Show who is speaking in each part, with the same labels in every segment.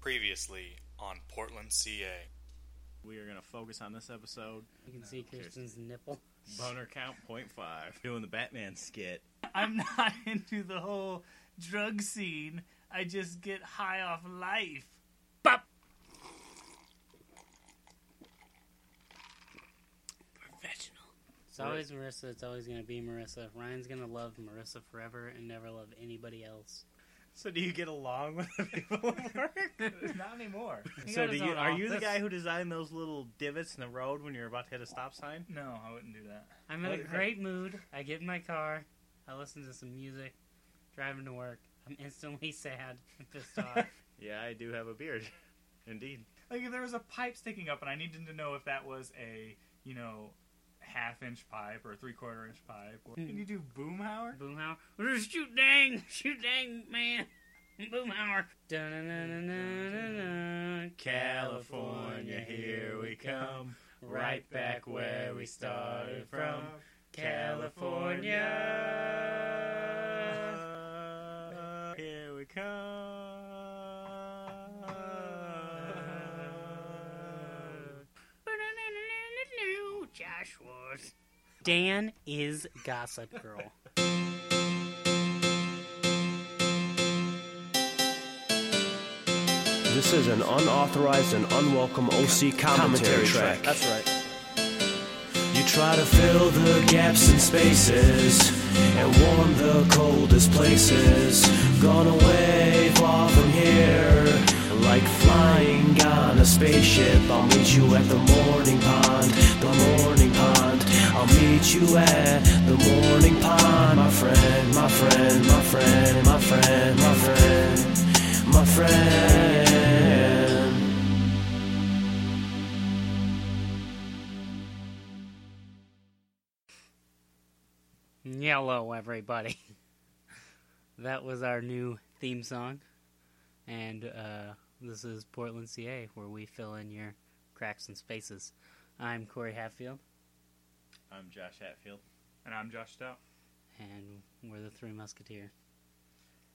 Speaker 1: Previously on Portland, CA.
Speaker 2: We are going to focus on this episode.
Speaker 3: You can see Kirsten's nipple.
Speaker 2: Boner count point five. Doing the Batman skit.
Speaker 4: I'm not into the whole drug scene. I just get high off life. Bop.
Speaker 3: Professional. It's always Marissa. It's always going to be Marissa. Ryan's going to love Marissa forever and never love anybody else.
Speaker 2: So do you get along with the people at work?
Speaker 4: not anymore. He
Speaker 2: so
Speaker 4: got
Speaker 2: do
Speaker 4: his
Speaker 2: you?
Speaker 4: own
Speaker 2: Are you the
Speaker 4: office.
Speaker 2: guy who designed those little divots in the road when you're about to hit a stop sign?
Speaker 4: No, I wouldn't do that.
Speaker 3: I'm in a
Speaker 2: What-
Speaker 3: great mood. I get in my car. I listen to some music. Driving to work. I'm instantly sad and pissed off.
Speaker 2: Yeah, I do have a beard. Indeed.
Speaker 4: Like if there was a pipe sticking up, and I needed to know if that was a you know half inch pipe or a three quarter inch pipe. Or,
Speaker 3: Hmm.
Speaker 4: Can you do Boomhauer?
Speaker 3: Boomhauer. Shoot dang! Shoot dang, man! Boomhauer. Dun-dun-dun-dun-dun-dun. Right back where we started from. California.
Speaker 2: Here we come.
Speaker 3: Josh Wars. Dan is Gossip Girl.
Speaker 5: This is an unauthorized and unwelcome OC commentary track.
Speaker 6: That's right.
Speaker 5: You try to fill the gaps and spaces and warm the coldest places. Gone away far from here, like flying on a spaceship. I'll meet you at the morning pond, the morning pond. I'll meet you at the morning pond, my friend, my friend, my friend, my friend, my friend, my friend.
Speaker 3: Hello, everybody. That was our new theme song. And uh, this is Portland, CA, where we fill in your cracks and spaces. I'm Corey Hatfield,
Speaker 2: I'm Josh Hatfield.
Speaker 4: And I'm Josh Stout.
Speaker 3: and we're the Three Musketeers.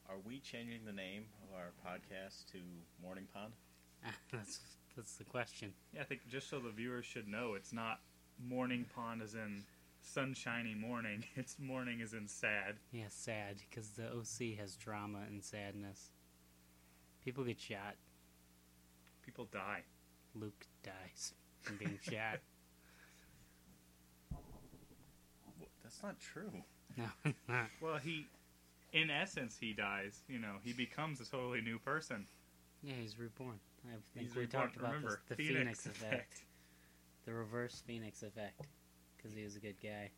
Speaker 2: Are we changing the name of our podcast to Morning Pond?
Speaker 3: that's, that's the question.
Speaker 4: Yeah, I think just so the viewers should know, it's not morning pond as in sunshiny morning. It's morning as in sad.
Speaker 3: Yeah, sad, because the OC has drama and sadness. People get shot.
Speaker 4: People die.
Speaker 3: Luke dies from being shot.
Speaker 2: Wha- That's not true.
Speaker 3: No.
Speaker 4: Well, he, in essence, he dies. You know, he becomes a totally new person.
Speaker 3: yeah, he's reborn. I think
Speaker 4: He's
Speaker 3: we
Speaker 4: reborn-
Speaker 3: talked about
Speaker 4: remember,
Speaker 3: this, the Phoenix, effect. the reverse Phoenix effect, because he was a good guy.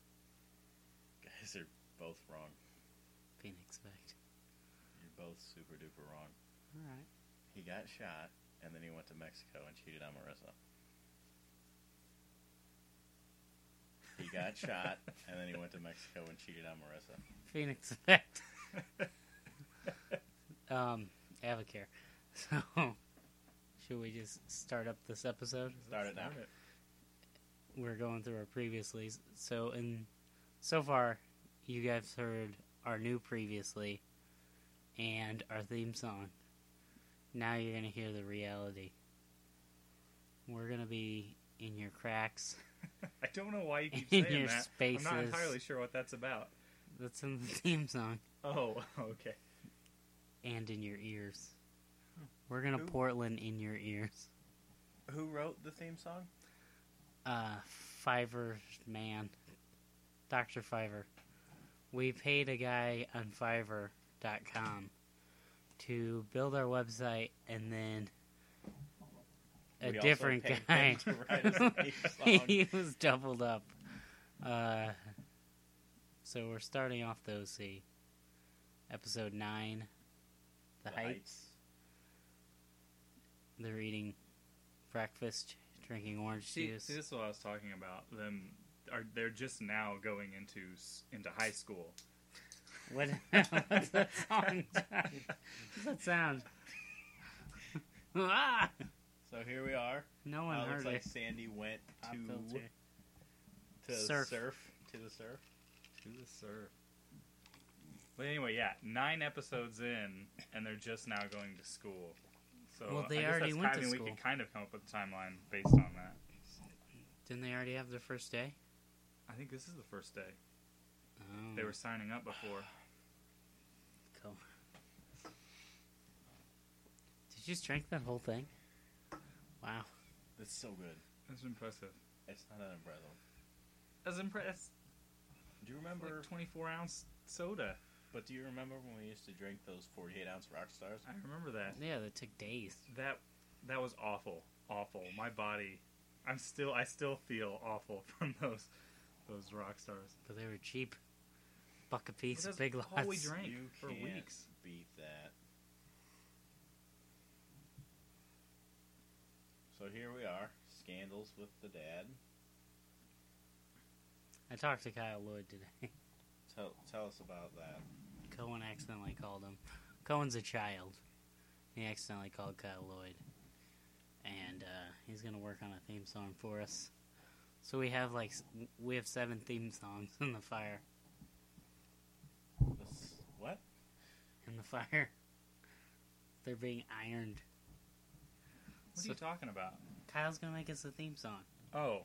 Speaker 2: Guys are both wrong.
Speaker 3: Phoenix effect.
Speaker 2: You're both super duper wrong.
Speaker 3: All right.
Speaker 2: He got shot, and then he went to Mexico and cheated on Marissa. He got shot, and then he went to Mexico and cheated on Marissa.
Speaker 3: Phoenix effect. um, Avocare. So, should we just start up this episode?
Speaker 2: Start it now.
Speaker 3: we're going through our previously. So in so far, you guys heard our new previously and our theme song. Now you're gonna hear the reality. We're gonna be in your cracks.
Speaker 4: I don't know why you keep
Speaker 3: In
Speaker 4: saying
Speaker 3: your
Speaker 4: that. I'm not
Speaker 3: spaces.
Speaker 4: entirely sure what that's about.
Speaker 3: That's in the theme song
Speaker 4: Oh, okay.
Speaker 3: and in your ears. We're gonna
Speaker 2: Who?
Speaker 3: Portland in your ears.
Speaker 2: Who wrote the theme song?
Speaker 3: Uh, Fiverr man, Doctor Fiverr. We paid a guy on Fiverr.com to build our website, and then a
Speaker 2: We also
Speaker 3: different
Speaker 2: paid him
Speaker 3: guy.
Speaker 2: to write us a theme song.
Speaker 3: he was doubled up. Uh, so we're starting off the OC, episode nine. The,
Speaker 2: The
Speaker 3: heights.
Speaker 2: Heights.
Speaker 3: They're eating breakfast, drinking orange
Speaker 4: See,
Speaker 3: juice.
Speaker 4: see, this is what I was talking about. Them are they're just now going into s- into high school.
Speaker 3: What, what's that sound? what's that sound? ah!
Speaker 2: So here we are.
Speaker 3: No one
Speaker 2: Uh, looks
Speaker 3: heard
Speaker 2: like
Speaker 3: it.
Speaker 2: Sandy went
Speaker 3: Pop
Speaker 2: to
Speaker 3: filter.
Speaker 2: to surf.
Speaker 3: Surf.
Speaker 2: to the surf to the surf.
Speaker 4: But anyway, yeah, nine episodes in, and they're just now going to school. So
Speaker 3: Well, they
Speaker 4: I guess
Speaker 3: already
Speaker 4: that's
Speaker 3: went to
Speaker 4: timing. We
Speaker 3: school.
Speaker 4: could kind of come up with a timeline based on that.
Speaker 3: Didn't they already have their first day?
Speaker 4: I think this is the first day
Speaker 3: Oh,
Speaker 4: they were signing up before.
Speaker 3: cool. Did you just drink that whole thing? Wow.
Speaker 2: It's so good.
Speaker 4: That's impressive.
Speaker 2: It's not that impressive.
Speaker 4: That's impressive.
Speaker 2: Do you remember?
Speaker 4: Like 24 ounce soda.
Speaker 2: but do you remember when we used to drink those 48 ounce rock stars?
Speaker 4: I remember that.
Speaker 3: Yeah, that took days.
Speaker 4: That that was awful. Awful. My body. I'm still. I still feel awful from those those rock stars.
Speaker 3: But they were cheap. Buck a piece,
Speaker 4: But that's
Speaker 3: big
Speaker 4: all we
Speaker 3: lots.
Speaker 4: drank
Speaker 2: You
Speaker 4: for
Speaker 2: can't
Speaker 4: weeks.
Speaker 2: beat that. So here we are, scandals with the dad.
Speaker 3: I talked to Kyle Lloyd today.
Speaker 2: Tell tell us about that.
Speaker 3: Cohen accidentally called him. Cohen's a child. He accidentally called Kyle Lloyd. And uh, he's going to work on a theme song for us. So we have like s- we have seven theme songs in the fire.
Speaker 2: This, what?
Speaker 3: In the fire, they're being ironed.
Speaker 4: What are you talking about?
Speaker 3: Kyle's gonna make us a theme song
Speaker 4: Oh,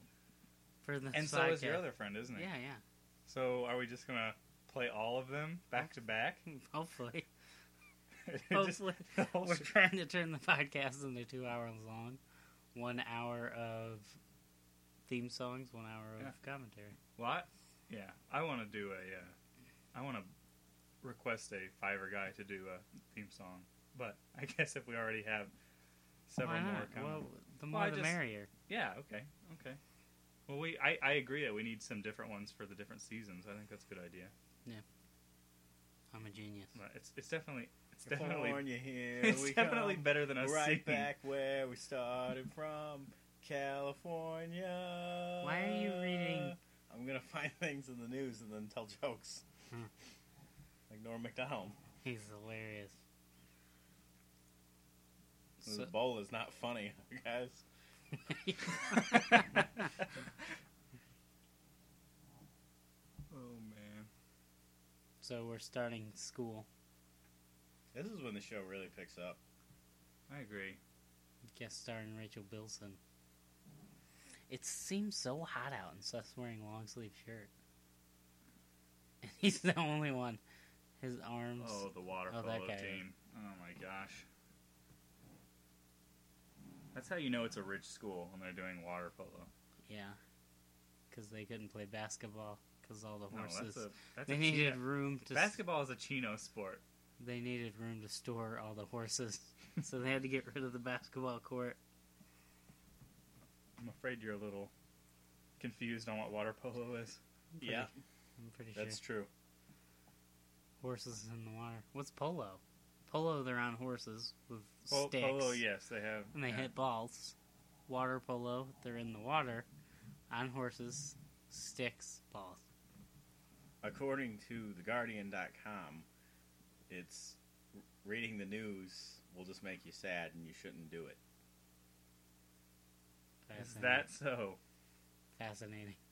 Speaker 3: for the
Speaker 4: and so is your
Speaker 3: podcast.
Speaker 4: other friend, isn't he?
Speaker 3: Yeah, yeah.
Speaker 4: So are we just gonna play all of them back to back?
Speaker 3: Oh. Hopefully,
Speaker 4: Just
Speaker 3: hopefully,
Speaker 4: the whole
Speaker 3: we're
Speaker 4: sh-
Speaker 3: trying to turn the podcast into two hours long. One hour of theme songs, one hour of
Speaker 4: Yeah.
Speaker 3: commentary.
Speaker 4: What? Yeah, I want to do a. Uh, I want to request a Fiverr guy to do a theme song, but I guess if we already have several
Speaker 3: Why
Speaker 4: more
Speaker 3: not?
Speaker 4: coming,
Speaker 3: Well, the more
Speaker 4: Well, I
Speaker 3: the
Speaker 4: just-
Speaker 3: merrier.
Speaker 4: yeah, okay, okay. Well, we I, I agree that we need some different ones for the different seasons. I think that's a good idea.
Speaker 3: I'm a genius.
Speaker 4: But it's it's definitely it's definitely
Speaker 2: California here.
Speaker 4: it's
Speaker 2: we
Speaker 4: definitely
Speaker 2: come.
Speaker 4: better than us
Speaker 2: right
Speaker 4: singing.
Speaker 2: back where we started from, California.
Speaker 3: Why are you reading-
Speaker 2: I'm gonna find things in the news and then tell jokes,
Speaker 3: Hmm.
Speaker 2: like Norm Macdonald.
Speaker 3: He's hilarious.
Speaker 2: This
Speaker 4: Mm.
Speaker 3: So-
Speaker 2: bowl is not funny, guys.
Speaker 4: Oh man,
Speaker 3: so we're starting school.
Speaker 2: This is when the show really picks up.
Speaker 4: I agree.
Speaker 3: Guest starring Rachel Bilson. It seems so hot out, and Seth's wearing a long sleeve shirt. And he's the only one. His arms.
Speaker 4: Oh, the water
Speaker 3: Oh, that
Speaker 4: polo
Speaker 3: guy.
Speaker 4: team. Oh my gosh. That's how you know it's a rich school when they're doing water polo.
Speaker 3: Yeah. Because they couldn't play basketball because all the
Speaker 4: No,
Speaker 3: horses.
Speaker 4: that's a that's
Speaker 3: they
Speaker 4: a
Speaker 3: needed
Speaker 4: chino.
Speaker 3: room to. s-
Speaker 4: basketball is a chino sport.
Speaker 3: They needed room to store all the horses, so they had to get rid of the basketball court.
Speaker 4: I'm afraid you're a little confused on what water polo is.
Speaker 3: I'm pretty-
Speaker 2: Yeah.
Speaker 3: I'm pretty sure
Speaker 2: That's true.
Speaker 3: horses in the water. What's polo? Polo, they're on horses with
Speaker 4: Polo,
Speaker 3: sticks.
Speaker 4: polo yes, they have.
Speaker 3: and they
Speaker 4: yeah.
Speaker 3: hit balls. Water polo, they're in the water, on horses, sticks, balls.
Speaker 2: According to TheGuardian.com, it's reading the news will just make you sad, and you shouldn't do it.
Speaker 4: Is
Speaker 3: Fascinating.
Speaker 4: that so?
Speaker 3: fascinating?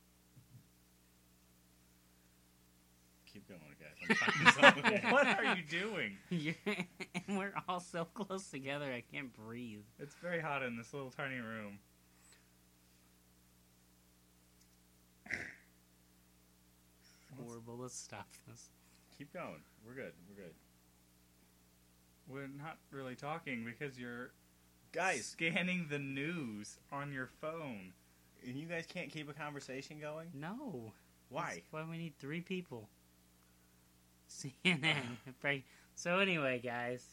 Speaker 2: Keep going, guys. I'm finding something.
Speaker 4: what are you doing?
Speaker 3: You're- and we're all so close together, I can't breathe.
Speaker 4: It's very hot in this little tiny room.
Speaker 3: It's horrible. Let's stop this.
Speaker 2: Keep going. We're good. We're good.
Speaker 4: We're not really talking because you're
Speaker 2: Guys,
Speaker 4: scanning the news on your phone.
Speaker 2: and you guys can't keep a conversation going?
Speaker 3: No.
Speaker 2: Why?
Speaker 3: That's why we need three people. CNN. Right. so anyway, guys,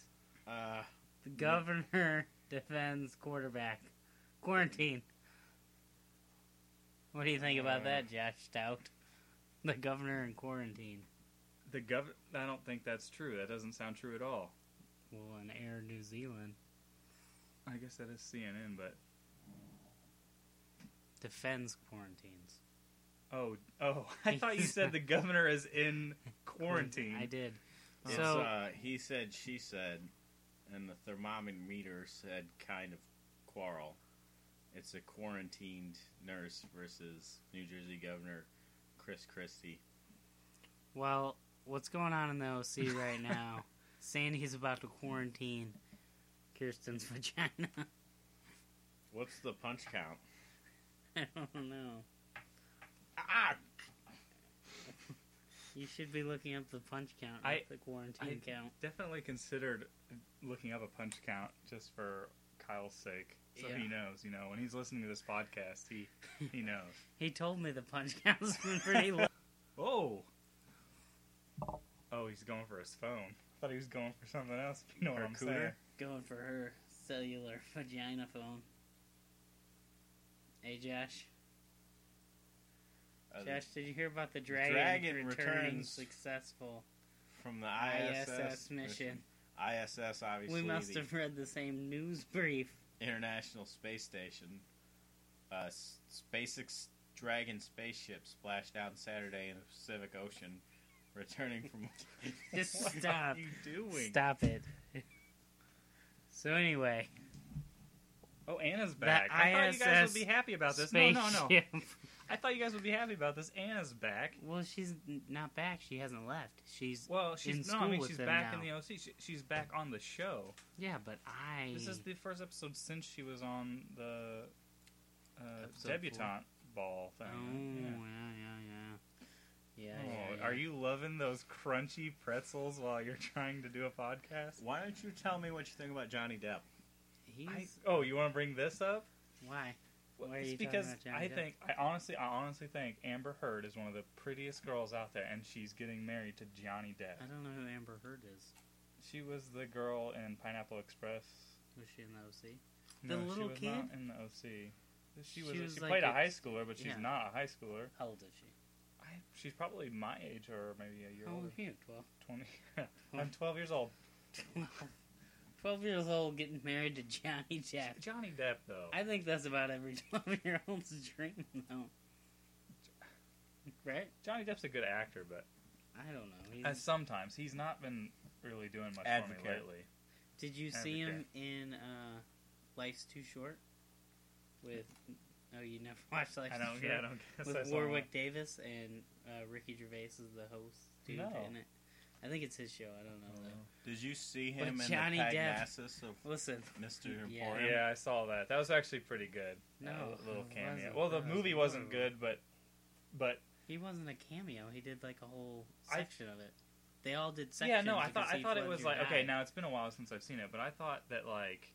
Speaker 2: Uh,
Speaker 3: the governor defends quarterback quarantine. What do you think about
Speaker 4: Uh,
Speaker 3: that, Josh Stout? The governor in quarantine.
Speaker 4: The gov. I don't think that's true. That doesn't sound true at all.
Speaker 3: Well, in Air New Zealand
Speaker 4: I guess that is CNN, but
Speaker 3: defends quarantines.
Speaker 4: oh, oh, I thought you said the governor is in quarantine. Oh,
Speaker 3: I did.
Speaker 2: it's,
Speaker 3: So
Speaker 2: uh, he said, she said, and the thermometer said kind of quarrel. It's a quarantined nurse versus New Jersey Governor Chris Christie.
Speaker 3: Well, what's going on in the OC right now? Sandy's about to quarantine Kirsten's vagina.
Speaker 2: What's the punch count?
Speaker 3: I don't know.
Speaker 2: Ah!
Speaker 3: You should be looking up the punch count, not
Speaker 4: I-
Speaker 3: the quarantine
Speaker 4: I-
Speaker 3: count.
Speaker 4: Definitely considered looking up a punch count just for Kyle's sake, so
Speaker 3: Yeah.
Speaker 4: he knows. You know, when he's listening to this podcast, he he knows.
Speaker 3: He told me the punch count's been pretty low.
Speaker 4: Oh, oh, he's going for his phone. I thought he was going for something else. You know what
Speaker 2: Or
Speaker 4: I'm
Speaker 2: cooter?
Speaker 4: saying?
Speaker 3: Going for her cellular vagina phone. Hey, Josh.
Speaker 2: Uh,
Speaker 3: Josh, did you hear about the dragon,
Speaker 2: dragon
Speaker 3: returning
Speaker 2: returns
Speaker 3: successful
Speaker 2: from the
Speaker 3: ISS,
Speaker 2: ISS,
Speaker 3: mission?
Speaker 2: ISS, obviously,
Speaker 3: We must
Speaker 2: the
Speaker 3: have read the same news brief.
Speaker 2: International Space Station. Uh, S- SpaceX Dragon spaceship splashed down Saturday in the Pacific Ocean, returning from.
Speaker 3: Just
Speaker 4: What
Speaker 3: stop.
Speaker 4: are you doing?
Speaker 3: Stop it. So anyway,
Speaker 4: Oh, Anna's back.
Speaker 3: The
Speaker 4: I thought you guys
Speaker 3: ISS
Speaker 4: would be happy about this. No, no, no.
Speaker 3: spaceship.
Speaker 4: I thought you guys would be happy about this. Anna's back.
Speaker 3: Well, she's n- not back. She hasn't left. She's
Speaker 4: Well,
Speaker 3: In
Speaker 4: she's no.
Speaker 3: school
Speaker 4: I mean,
Speaker 3: with
Speaker 4: she's
Speaker 3: them
Speaker 4: back
Speaker 3: now.
Speaker 4: in the OC. She, she's back on the show.
Speaker 3: yeah, but I.
Speaker 4: This is the first episode since she was on the uh,
Speaker 3: Episode four.
Speaker 4: debutante ball
Speaker 3: Oh
Speaker 4: thing.
Speaker 3: yeah,
Speaker 4: Yeah.
Speaker 3: yeah, yeah, yeah.
Speaker 4: Oh,
Speaker 3: yeah, yeah.
Speaker 4: Are you loving those crunchy pretzels while you're trying to do a podcast?
Speaker 2: Why don't you tell me what you think about Johnny Depp?
Speaker 3: He's,
Speaker 4: I, oh, you want to bring this up?
Speaker 3: why? Why are
Speaker 4: it's
Speaker 3: you talking
Speaker 4: because
Speaker 3: about Johnny
Speaker 4: I
Speaker 3: Depp?
Speaker 4: think I honestly, I honestly think Amber Heard is one of the prettiest girls out there, and she's getting married to Johnny
Speaker 3: I
Speaker 4: Depp.
Speaker 3: don't know who Amber Heard is.
Speaker 4: She was the girl in Pineapple Express.
Speaker 3: Was she in the OC?
Speaker 4: No,
Speaker 3: The little
Speaker 4: she was
Speaker 3: kid?
Speaker 4: not in the OC. She
Speaker 3: She
Speaker 4: was. She,
Speaker 3: was like
Speaker 4: played a
Speaker 3: a-
Speaker 4: high schooler, but she's
Speaker 3: yeah.
Speaker 4: not a high schooler.
Speaker 3: How old is she?
Speaker 4: I, she's probably my age or maybe a year
Speaker 3: How old
Speaker 4: older.
Speaker 3: are you? Twelve.
Speaker 4: Twenty.
Speaker 3: Oh.
Speaker 4: I'm twelve years old.
Speaker 3: Twelve years old getting married to Johnny Depp.
Speaker 4: Johnny Depp though.
Speaker 3: I think that's about every twelve-year-old's dream, though. Right?
Speaker 4: Johnny Depp's a good actor, but
Speaker 3: I don't know. He's-
Speaker 4: uh, sometimes he's not been really doing much for me
Speaker 2: Advocate.
Speaker 4: lately.
Speaker 3: Did you
Speaker 4: Every
Speaker 3: see him in uh, Life's Too Short? With oh, you never watched Life's
Speaker 4: I
Speaker 3: Too
Speaker 4: don't.
Speaker 3: Short.
Speaker 4: Yeah, I don't guess. I
Speaker 3: with
Speaker 4: saw
Speaker 3: Warwick Davis and uh, Ricky Gervais is the host dude
Speaker 4: No.
Speaker 3: in it. I think it's his show. I don't know.
Speaker 4: that.
Speaker 3: though.
Speaker 2: Did you see him
Speaker 3: But
Speaker 2: in
Speaker 3: Johnny
Speaker 2: the
Speaker 3: Depp-
Speaker 2: Pagnasis of
Speaker 4: Oh.
Speaker 3: Listen,
Speaker 2: Mr.
Speaker 3: Yeah.
Speaker 2: Emporium?
Speaker 4: Yeah, I saw that. That was actually pretty good.
Speaker 3: No,
Speaker 4: Uh, little
Speaker 3: it
Speaker 4: cameo.
Speaker 3: wasn't.
Speaker 4: Well, the
Speaker 3: That was
Speaker 4: movie wasn't
Speaker 3: horrible.
Speaker 4: good, but but
Speaker 3: he wasn't a cameo. He did like a whole
Speaker 4: I-
Speaker 3: section of it. They all did sections.
Speaker 4: yeah, no, I
Speaker 3: because
Speaker 4: thought I
Speaker 3: he
Speaker 4: thought it
Speaker 3: fled
Speaker 4: was
Speaker 3: your
Speaker 4: like okay.
Speaker 3: guy.
Speaker 4: Now it's been a while since I've seen it, but I thought that like.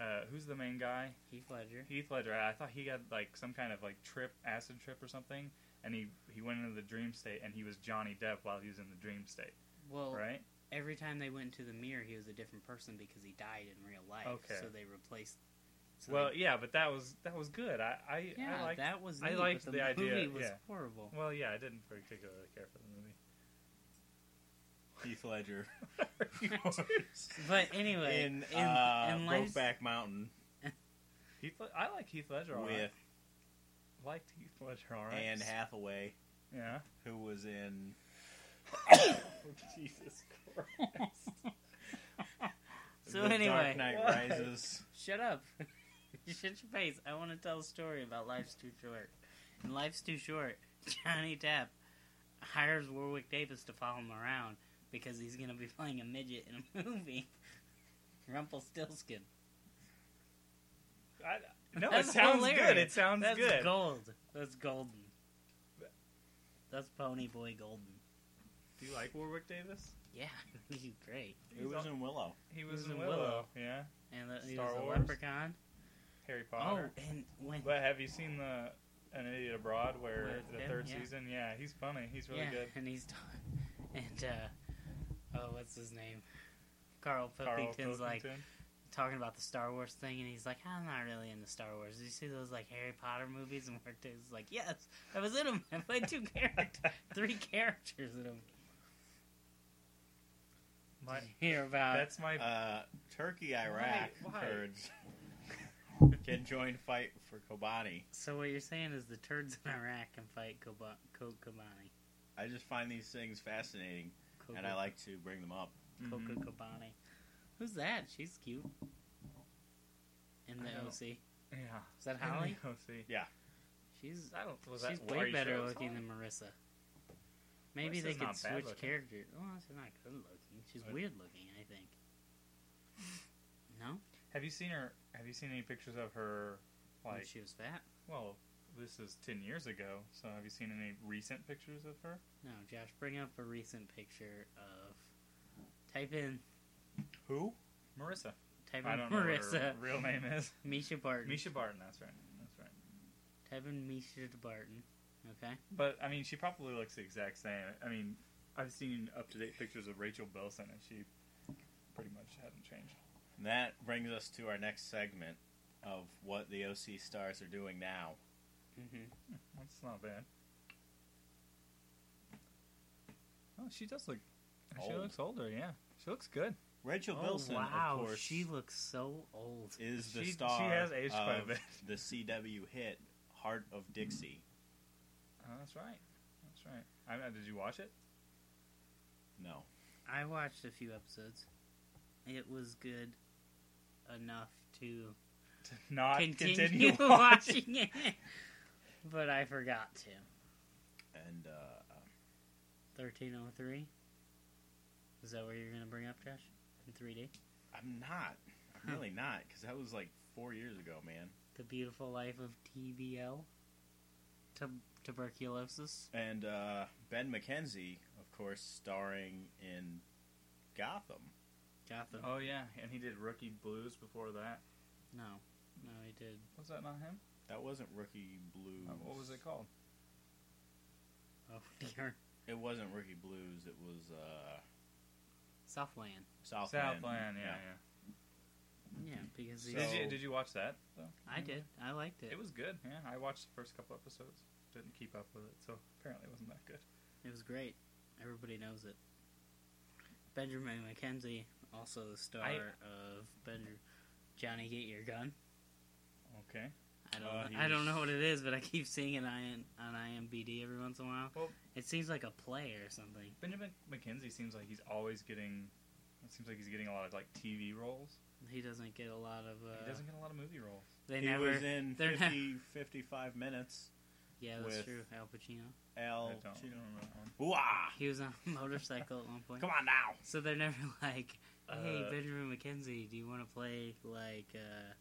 Speaker 4: Uh, who's the main guy?
Speaker 3: Heath Ledger.
Speaker 4: Heath Ledger. I thought he had like some kind of like trip, acid trip or something, and he he went into the dream state, and he was Johnny Depp while he was in the dream state,
Speaker 3: Well,
Speaker 4: right?
Speaker 3: every time they went into the mirror, he was a different person because he died in real life.
Speaker 4: Okay.
Speaker 3: So they replaced. so
Speaker 4: Well,
Speaker 3: they-
Speaker 4: yeah, but that was that was good. I I,
Speaker 3: yeah,
Speaker 4: I liked
Speaker 3: that was.
Speaker 4: I
Speaker 3: neat,
Speaker 4: liked
Speaker 3: but
Speaker 4: the idea,
Speaker 3: movie was
Speaker 4: yeah.
Speaker 3: horrible.
Speaker 4: Well, yeah, I didn't particularly care for the movie.
Speaker 2: Heath Ledger.
Speaker 3: But anyway,
Speaker 2: in, uh,
Speaker 3: Life's-
Speaker 2: Brokeback Mountain
Speaker 4: Heath, Le- I like Heath Ledger. all right.
Speaker 2: with
Speaker 4: liked Heath Ledger. All right.
Speaker 2: Anne Hathaway,
Speaker 4: yeah.
Speaker 2: who was in
Speaker 4: Jesus Christ.
Speaker 3: So
Speaker 2: The
Speaker 3: anyway.
Speaker 2: Dark Knight
Speaker 4: What?
Speaker 2: Rises.
Speaker 3: Shut up. Shut your face. I want to tell a story about Life's Too Short. In Life's Too Short, Johnny Depp hires Warwick Davis to follow him around because he's going to be playing a midget in a movie. Rumpelstiltskin.
Speaker 4: I, no, it
Speaker 3: That's
Speaker 4: sounds good. It
Speaker 3: hilarious.
Speaker 4: sounds
Speaker 3: That's
Speaker 4: good.
Speaker 3: gold. That's golden. That's Pony Boy Golden.
Speaker 4: Do you like Warwick Davis?
Speaker 3: Yeah, he's great.
Speaker 2: Who was in Willow?
Speaker 4: He
Speaker 3: was
Speaker 4: was
Speaker 3: in
Speaker 4: in Willow.
Speaker 3: Willow.
Speaker 4: Yeah.
Speaker 3: And the, he
Speaker 4: Star
Speaker 3: was a
Speaker 4: Wars?
Speaker 3: leprechaun.
Speaker 4: Harry
Speaker 3: Oh,
Speaker 4: Potter.
Speaker 3: and when
Speaker 4: But have you seen the An Idiot Abroad where
Speaker 3: With
Speaker 4: the
Speaker 3: him,
Speaker 4: third
Speaker 3: yeah.
Speaker 4: season? Yeah, he's funny. He's really
Speaker 3: yeah,
Speaker 4: good.
Speaker 3: and he's done. And uh, oh, what's his name? Carl
Speaker 4: Carl
Speaker 3: Pilkington's like
Speaker 4: Pilkington.
Speaker 3: talking about the Star Wars thing, and he's like, "I'm not really into Star Wars." Did you see those like Harry Potter movies? And where Dave's like, "Yes, I was in them. I played two characters, three characters in them."
Speaker 4: My-
Speaker 3: Hear about
Speaker 4: that's my
Speaker 2: Uh, Turkey, Iraq,
Speaker 4: why?
Speaker 2: Kurds can join fight for Kobani.
Speaker 3: so what you're saying is the turds in Iraq can fight Koba- Ko- Kobani,
Speaker 2: I just find these things fascinating,
Speaker 3: Koba-
Speaker 2: and I like to bring them up.
Speaker 4: mhm.
Speaker 3: Coco Kobani. Who's that? She's cute. In the
Speaker 4: I don't-
Speaker 3: OC,
Speaker 4: Yeah.
Speaker 3: is that Holly?
Speaker 4: Oh, see.
Speaker 3: She's
Speaker 4: I don't. Was
Speaker 3: She's
Speaker 4: that where
Speaker 3: way
Speaker 4: you
Speaker 3: better
Speaker 4: chose?
Speaker 3: looking than Marissa. Maybe
Speaker 4: Marissa's
Speaker 3: they could
Speaker 4: not bad
Speaker 3: switch
Speaker 4: looking.
Speaker 3: characters. Well, she's not good looking. She's
Speaker 2: But-
Speaker 3: weird looking, I think. No,
Speaker 4: Have you seen her? Have you seen any pictures of her?
Speaker 3: when
Speaker 4: Like,
Speaker 3: she was fat.
Speaker 4: well, this is ten years ago. So have you seen any recent pictures of her?
Speaker 3: No, Josh, bring up a recent picture of. Type in,
Speaker 4: Who? Marissa.
Speaker 3: type
Speaker 4: I
Speaker 3: in
Speaker 4: don't know
Speaker 3: Marissa
Speaker 4: what her real name is.
Speaker 3: Misha Barton.
Speaker 4: Misha Barton. That's right. That's right.
Speaker 3: Type in Misha Barton. Okay.
Speaker 4: But I mean, she probably looks the exact same. I mean, I've seen up to date pictures of Rachel Bilson, and she pretty much hasn't changed.
Speaker 2: And that brings us to our next segment of what the OC stars are doing now.
Speaker 3: Mm-hmm.
Speaker 4: That's not bad. Oh, she does look. She
Speaker 2: Old.
Speaker 4: looks older. Yeah, she looks good.
Speaker 2: Rachel
Speaker 3: Oh,
Speaker 2: Bilson,
Speaker 3: wow,
Speaker 2: of course,
Speaker 3: she looks so old.
Speaker 2: is the
Speaker 4: she- she
Speaker 2: star
Speaker 4: has aged
Speaker 2: of
Speaker 4: quite a bit.
Speaker 2: the CW hit Heart of Dixie.
Speaker 4: Oh, that's right. That's right. I mean, did you watch it?
Speaker 2: No,
Speaker 3: I watched a few episodes. It was good enough to
Speaker 4: Not
Speaker 3: continue,
Speaker 4: continue, watching.
Speaker 3: watching it, but I forgot to.
Speaker 2: and uh,
Speaker 3: 1303. Is that where you're going to bring up, Josh? In 3D?
Speaker 2: I'm not. I'm really not because that was like four years ago, man.
Speaker 3: The Beautiful Life of TBL? Tub- tuberculosis?
Speaker 2: And uh, Ben McKenzie, of course, starring in Gotham.
Speaker 3: Gotham.
Speaker 4: Oh yeah, and he did Rookie Blues before that.
Speaker 3: No. No, he did.
Speaker 4: Was that not him?
Speaker 2: That wasn't Rookie Blues.
Speaker 4: Uh, what was it called?
Speaker 3: Oh, dear.
Speaker 2: It wasn't Rookie Blues. It was uh,
Speaker 3: Southland.
Speaker 2: Southland.
Speaker 4: Southland. Yeah,
Speaker 3: Yeah, because
Speaker 4: yeah.
Speaker 3: he,
Speaker 4: Did you
Speaker 2: So-
Speaker 4: did you watch that? Though?
Speaker 3: I did. I liked it.
Speaker 4: It was good. Yeah, I watched the first couple episodes. Didn't keep up with it, so apparently it wasn't that good.
Speaker 3: It was great. Everybody knows it. Benjamin McKenzie, also the star
Speaker 4: I-
Speaker 3: of Benj- Johnny Get Your Gun.
Speaker 4: Okay.
Speaker 3: I don't,
Speaker 2: Uh, he
Speaker 3: I don't
Speaker 2: was-
Speaker 3: know what it is, but I keep seeing it on, on IMBD every once in a while.
Speaker 4: Well-
Speaker 3: it seems like a play or something.
Speaker 4: Benjamin McKenzie seems like he's always getting. It seems like he's getting a lot of like TV roles.
Speaker 3: He doesn't get a lot of. Uh,
Speaker 4: he doesn't get a lot of movie roles.
Speaker 3: They
Speaker 2: He
Speaker 3: never.
Speaker 2: was in
Speaker 3: they're
Speaker 2: 50,
Speaker 3: not-
Speaker 2: 55 minutes.
Speaker 3: yeah, that's
Speaker 2: with-
Speaker 3: true. Al Pacino.
Speaker 2: Al
Speaker 4: I don't
Speaker 2: Pacino.
Speaker 4: remember that one.
Speaker 2: Wah!
Speaker 3: He was on a motorcycle at one point.
Speaker 2: Ah. Come on now.
Speaker 3: So they're never like, "Oh, hey,
Speaker 4: Uh,
Speaker 3: Benjamin McKenzie, do you want to play like uh,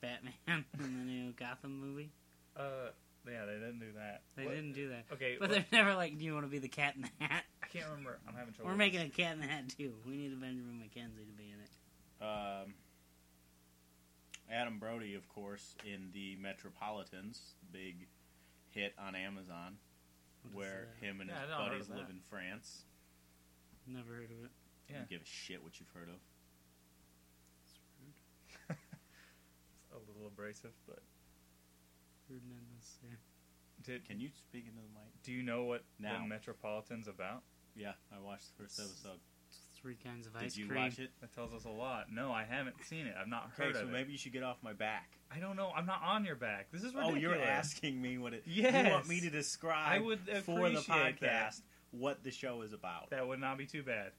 Speaker 3: Batman in the new Gotham movie?
Speaker 4: Uh, yeah, they didn't do that.
Speaker 3: They
Speaker 4: What-
Speaker 3: didn't do that.
Speaker 4: Okay,
Speaker 3: But
Speaker 4: what-
Speaker 3: they're never like, do you want to be the cat in the hat?
Speaker 4: I can't remember. I'm
Speaker 2: Oh,
Speaker 4: having trouble.
Speaker 3: We're
Speaker 4: with
Speaker 3: making
Speaker 4: this.
Speaker 3: a cat in the hat too. We need a Benjamin McKenzie to be in it.
Speaker 2: Um, Adam Brody, of course, in the Metropolitans, big hit on Amazon,
Speaker 3: What is
Speaker 2: where
Speaker 3: that?
Speaker 2: him and his
Speaker 4: Yeah, I don't know
Speaker 2: buddies
Speaker 4: that.
Speaker 2: live in France.
Speaker 3: Never heard of it.
Speaker 2: I
Speaker 4: Yeah.
Speaker 2: don't give a shit what you've heard of.
Speaker 3: It's rude.
Speaker 4: It's a little abrasive, but
Speaker 3: Rude and unnecessary.
Speaker 4: did
Speaker 2: Can you speak into the mic?
Speaker 4: do you know what
Speaker 2: Now.
Speaker 4: the Metropolitan's about?
Speaker 2: Yeah, I watched the first episode.
Speaker 3: Three kinds of
Speaker 2: Did
Speaker 3: ice
Speaker 2: you
Speaker 3: cream.
Speaker 2: watch it?
Speaker 4: That tells us a lot. No, I haven't seen it. I've not
Speaker 2: Okay,
Speaker 4: heard
Speaker 2: so
Speaker 4: of it.
Speaker 2: maybe you should get off my back.
Speaker 4: I don't know. I'm not on your back. This is ridiculous.
Speaker 2: Oh, you're asking me what it. You want
Speaker 4: Yes.
Speaker 2: me to describe
Speaker 4: I would
Speaker 2: for the
Speaker 4: appreciate
Speaker 2: podcast
Speaker 4: that.
Speaker 2: what the show is about.
Speaker 4: That would not be too bad.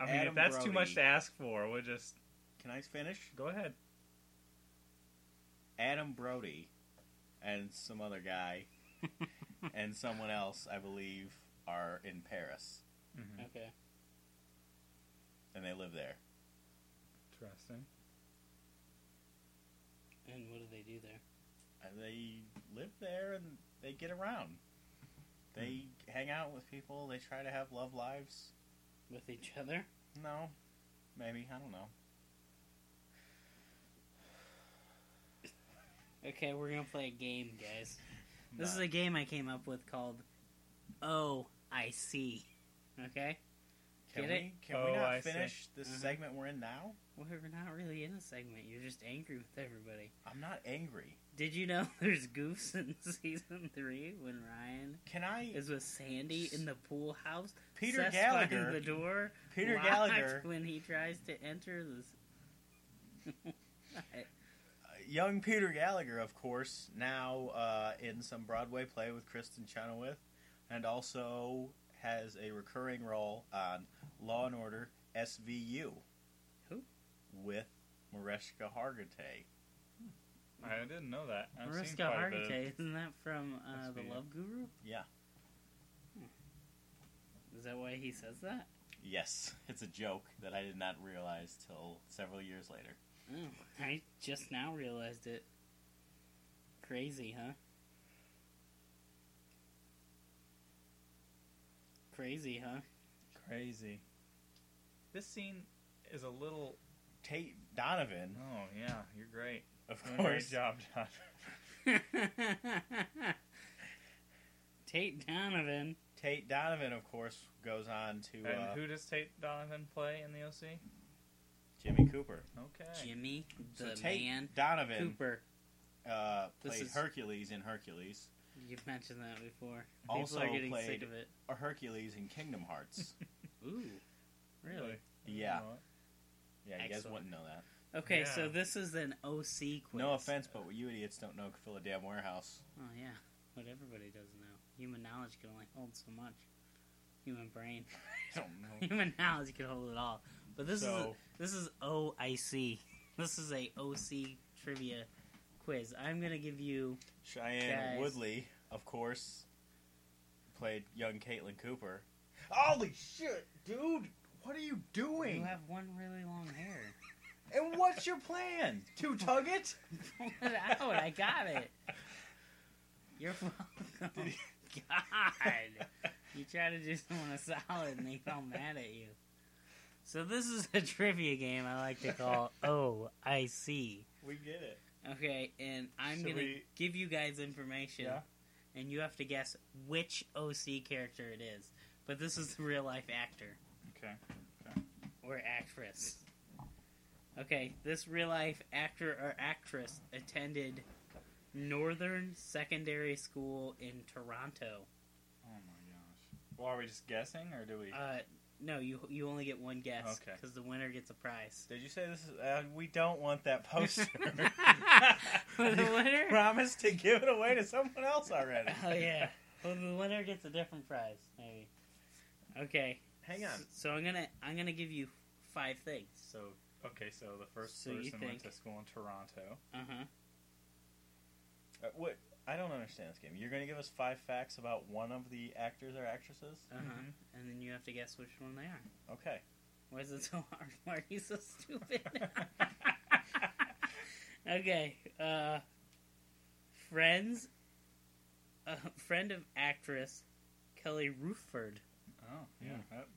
Speaker 4: I mean,
Speaker 2: Adam
Speaker 4: if that's too much
Speaker 2: Brody.
Speaker 4: to ask for, we'll just
Speaker 2: Can I finish?
Speaker 4: go ahead.
Speaker 2: Adam Brody and some other guy and someone else, I believe, are in Paris
Speaker 4: Mm-hmm.
Speaker 3: Okay.
Speaker 2: and they live there.
Speaker 4: Interesting.
Speaker 3: And what do they do there?
Speaker 2: And they live there and they get around. They hang out with people. They try to have love lives.
Speaker 3: With each other?
Speaker 2: No, maybe I don't know.
Speaker 3: Okay, we're gonna play a game, guys. This is
Speaker 2: Nah.
Speaker 3: a game I came up with called Oh, I See. Okay?
Speaker 2: Can
Speaker 3: get
Speaker 2: we
Speaker 3: it?
Speaker 2: can
Speaker 4: Oh,
Speaker 2: we not
Speaker 4: I see.
Speaker 2: finish this
Speaker 3: Uh-huh.
Speaker 2: segment we're in now?
Speaker 3: Well, we're not really in a segment. You're just angry with everybody.
Speaker 2: I'm not angry.
Speaker 3: Did you know there's goofs in season three when Ryan
Speaker 2: Can I?
Speaker 3: is with Sandy in the pool house?
Speaker 2: Peter
Speaker 3: Seth's
Speaker 2: Gallagher.
Speaker 3: behind the door.
Speaker 2: Peter
Speaker 3: locked
Speaker 2: Gallagher.
Speaker 3: when he tries to enter this.
Speaker 2: young Peter Gallagher, of course, now uh, in some Broadway play with Kristen Chenoweth, and also has a recurring role on Law and Order SVU.
Speaker 3: Who?
Speaker 2: With Mariska Hargitay.
Speaker 4: I didn't know that. I've seen
Speaker 3: Mariska
Speaker 4: quite a bit of-
Speaker 3: Hargitay, isn't that from uh,
Speaker 4: That's
Speaker 3: the
Speaker 4: me.
Speaker 3: Love Guru?
Speaker 2: Yeah.
Speaker 3: Is that why he says that?
Speaker 2: Yes, it's a joke that I did not realize till several years later.
Speaker 3: Oh, I just now realized it. Crazy, huh? Crazy, huh?
Speaker 4: Crazy. This scene is a little.
Speaker 2: Tate Donovan,
Speaker 4: Oh yeah, you're great.
Speaker 2: of
Speaker 4: Doing a
Speaker 2: course.
Speaker 4: Great job, John.
Speaker 3: Tate Donovan.
Speaker 2: Tate Donovan, of course, goes on to
Speaker 4: and
Speaker 2: uh,
Speaker 4: who does Tate Donovan play in the OC?
Speaker 2: Jimmy Cooper.
Speaker 4: Okay.
Speaker 3: Jimmy
Speaker 2: So
Speaker 3: the
Speaker 2: Tate
Speaker 3: Man
Speaker 2: Donovan
Speaker 3: Cooper.
Speaker 2: uh,
Speaker 3: This
Speaker 2: played
Speaker 3: is-
Speaker 2: Hercules in Hercules,
Speaker 3: You've mentioned that before.
Speaker 2: Also
Speaker 3: People are getting
Speaker 2: played-
Speaker 3: sick of it.
Speaker 2: or Hercules in Kingdom Hearts.
Speaker 3: Ooh. Really?
Speaker 2: yeah, yeah, you guys
Speaker 3: Excellent.
Speaker 2: wouldn't know that.
Speaker 3: Okay, so
Speaker 4: Yeah.
Speaker 3: this is an OC quiz.
Speaker 2: No offense, but you idiots don't know fill a damn warehouse.
Speaker 3: Oh yeah, what everybody doesn't know. Human knowledge can only hold so much. Human brain,
Speaker 2: I don't know.
Speaker 3: human knowledge can hold it all. But this is
Speaker 2: So-
Speaker 3: this is OIC. This is a OC trivia quiz. I'm gonna give you.
Speaker 2: Cheyenne
Speaker 3: Guys.
Speaker 2: Woodley, of course, played young Caitlin Cooper.
Speaker 5: Holy shit, dude! What are you
Speaker 3: You
Speaker 5: doing?
Speaker 3: have one really long hair.
Speaker 2: And what's your plan?
Speaker 5: To tug it?
Speaker 3: Pull it out. I got it. You're welcome. God, you try to do someone a solid and they all mad at you. So this is a trivia game I like to call OIC.
Speaker 2: We get it.
Speaker 3: Okay, and I'm
Speaker 4: Should
Speaker 3: gonna
Speaker 4: we-
Speaker 3: give you guys information,
Speaker 4: Yeah.
Speaker 3: and you have to guess which OC character it is. But this is the real life actor
Speaker 4: Okay.
Speaker 3: or actress. Okay, this real life actor or actress attended Northern Secondary School in Toronto.
Speaker 4: Oh my gosh. Well, are we just guessing, or do we?
Speaker 3: Uh, no, you you only get one guess
Speaker 4: Okay.
Speaker 3: because the winner gets a prize.
Speaker 2: Did you say this is? Uh, we don't want that
Speaker 4: Oh,
Speaker 2: poster.
Speaker 3: For the winner.
Speaker 2: Promise to give it away to someone else already.
Speaker 3: Oh yeah. Well, the winner gets a different prize, maybe. Okay.
Speaker 2: Hang on.
Speaker 3: S- So I'm gonna I'm gonna give you five things.
Speaker 4: So okay, so the first
Speaker 3: So you
Speaker 4: person went
Speaker 3: think-
Speaker 4: to school in Toronto.
Speaker 3: Uh huh.
Speaker 2: Uh, what? I don't understand this game. You're going to give us five facts about one of the actors or actresses?
Speaker 3: Uh huh. And then you have to guess which one they are.
Speaker 2: Okay.
Speaker 3: Why is it so hard? Why are you so stupid? okay. Uh, friends. A friend of actress Kelly Roofford.
Speaker 4: Oh yeah,
Speaker 2: Yeah.
Speaker 4: that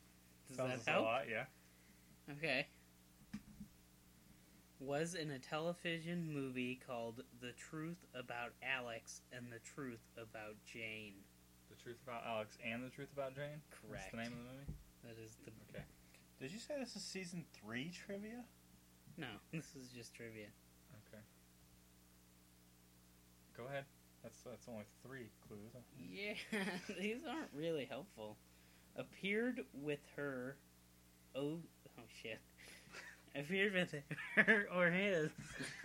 Speaker 3: Does
Speaker 4: sounds
Speaker 3: that
Speaker 4: a
Speaker 3: help?
Speaker 4: lot. Yeah.
Speaker 3: Okay. Was in a television movie called The Truth About Alex and The Truth About Jane.
Speaker 4: The truth about Alex and the truth about Jane. That's
Speaker 3: Correct.
Speaker 4: the name of the movie.
Speaker 3: That is the
Speaker 4: Okay.
Speaker 2: Did you say this is season three trivia?
Speaker 3: no. This is just trivia.
Speaker 4: Okay. Go ahead. That's that's only three clues.
Speaker 3: Yeah, these aren't really helpful. Appeared with her. Oh, oh shit. Appeared with her or his.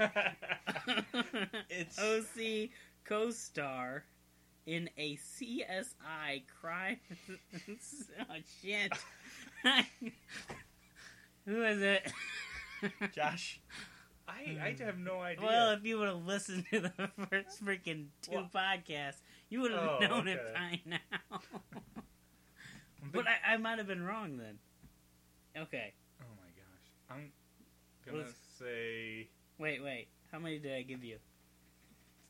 Speaker 2: It's-
Speaker 3: OC co star in a CSI crime. oh shit. Who is it?
Speaker 2: Josh,
Speaker 4: I I have no idea.
Speaker 3: Hmm. Well, if you would have listened to the first freaking two
Speaker 4: Well-
Speaker 3: podcasts, you would have
Speaker 4: Oh,
Speaker 3: known it
Speaker 4: okay.
Speaker 3: by now.
Speaker 4: I'm
Speaker 3: but
Speaker 4: big-
Speaker 3: I, I might have been wrong then. Okay.
Speaker 4: oh my gosh, I'm gonna
Speaker 3: What is-
Speaker 4: say
Speaker 3: Wait, wait. How many did I give you?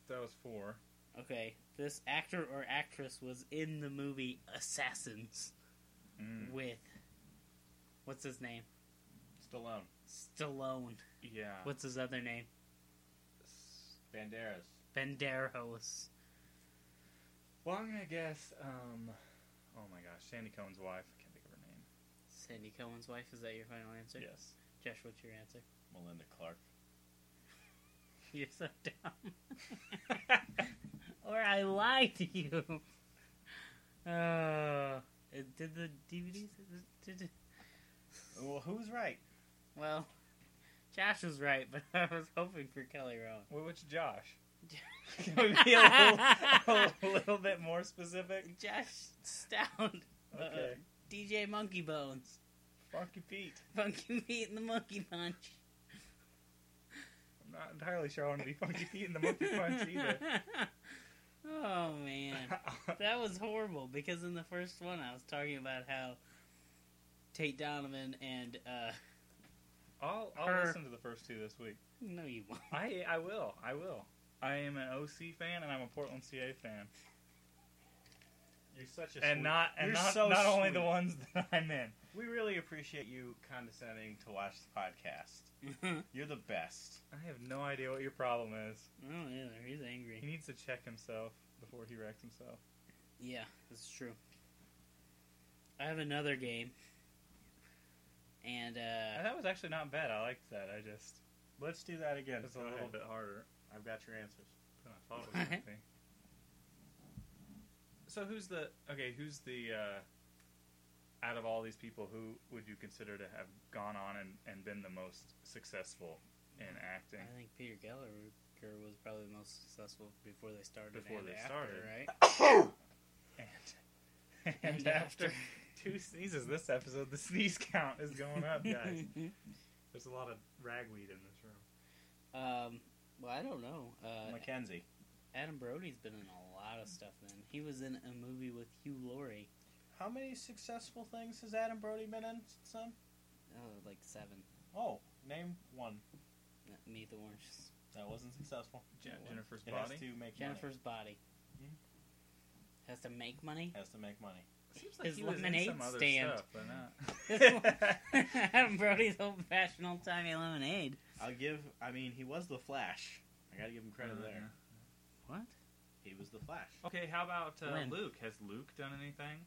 Speaker 4: that was four.
Speaker 3: Okay. This actor or actress was in the movie Assassins
Speaker 4: Mm.
Speaker 3: with. What's his name?
Speaker 2: Stallone,
Speaker 3: Stallone.
Speaker 4: Yeah.
Speaker 3: What's his other name?
Speaker 2: Banderas.
Speaker 3: Banderos.
Speaker 4: Well, I'm gonna guess. Um, oh my gosh, Sandy Cohen's wife. I can't think of her name.
Speaker 3: Sandy Cohen's wife. Is that your final answer?
Speaker 4: Yes.
Speaker 3: Josh, what's your answer?
Speaker 2: Melinda Clark.
Speaker 3: You're so dumb. or I lied to you. Uh, it- did the DVDs? Did, did,
Speaker 2: Well, who's right?
Speaker 3: well, Josh was right, but I was hoping for Kelly Rowan.
Speaker 4: Well, which Josh?
Speaker 2: Can we be a little, a little bit more specific?
Speaker 3: Josh Stout,
Speaker 2: Okay.
Speaker 3: DJ Monkey Bones,
Speaker 2: Funky Pete.
Speaker 3: Funky Meat and the Monkey Punch.
Speaker 4: I'm not entirely sure I want to be Funky Pete in the Monkey Punch either.
Speaker 3: oh man. That was horrible because in the first one I was talking about how Tate Donovan and uh,
Speaker 4: I'll, I'll
Speaker 3: Her-
Speaker 4: listen to the first two this week.
Speaker 3: no, you won't.
Speaker 4: I I will. I will. I am an OC fan and I'm a Portland CA fan,
Speaker 2: You're such a
Speaker 4: and
Speaker 2: sweet-
Speaker 4: not and
Speaker 2: You're
Speaker 4: not,
Speaker 2: so
Speaker 4: not only the
Speaker 2: sweet.
Speaker 4: ones that I'm in.
Speaker 2: We really appreciate you condescending to watch the podcast. You're the best.
Speaker 4: I have no idea what your problem is.
Speaker 3: No, either. He's
Speaker 4: He
Speaker 3: angry.
Speaker 4: needs to check himself before he wrecks himself.
Speaker 3: Yeah, that's true. I have another game, and
Speaker 4: And
Speaker 3: uh,
Speaker 4: that was actually not bad. I liked that. I just
Speaker 2: Let's do that again.
Speaker 4: it was a
Speaker 2: Go
Speaker 4: little
Speaker 2: ahead.
Speaker 4: bit harder
Speaker 2: I've got your answers.
Speaker 4: than I thought it was going to be. So who's the okay? Who's the uh, out of all these people who would you consider to have gone on and, and been the most successful in acting?
Speaker 3: I think Peter Gallagher was probably the most successful before they started.
Speaker 4: Before
Speaker 3: and
Speaker 4: they
Speaker 3: after,
Speaker 4: started.
Speaker 3: right?
Speaker 4: And
Speaker 2: Uh,
Speaker 4: and after two sneezes this episode, the sneeze count is going up, guys. There's a lot of ragweed in this room.
Speaker 3: um, well, I don't know. Uh,
Speaker 2: Mackenzie.
Speaker 3: Adam Brody's been in a lot of stuff. Then he was in a movie with Hugh Laurie,
Speaker 2: How many successful things has Adam Brody been in, son?
Speaker 3: oh, like seven.
Speaker 2: Oh, name one.
Speaker 3: Uh, Meet the Oranges.
Speaker 2: That wasn't successful.
Speaker 4: Je- Jennifer's
Speaker 2: it
Speaker 4: body.
Speaker 2: has to make money.
Speaker 3: Jennifer's body
Speaker 2: Hmm?
Speaker 3: has to make money.
Speaker 2: has to make money.
Speaker 4: Seems like
Speaker 3: His
Speaker 4: he was in
Speaker 3: lemonade
Speaker 4: some other
Speaker 3: stand.
Speaker 4: stuff, but not.
Speaker 3: Adam Brody's old fashioned old timey lemonade.
Speaker 2: I'll give. I mean, he was the Flash. I gotta give him
Speaker 4: Mm-hmm.
Speaker 2: credit there.
Speaker 3: What?
Speaker 2: He was the Flash.
Speaker 4: Okay, how about uh,
Speaker 3: When?
Speaker 4: Luke? Has Luke done anything?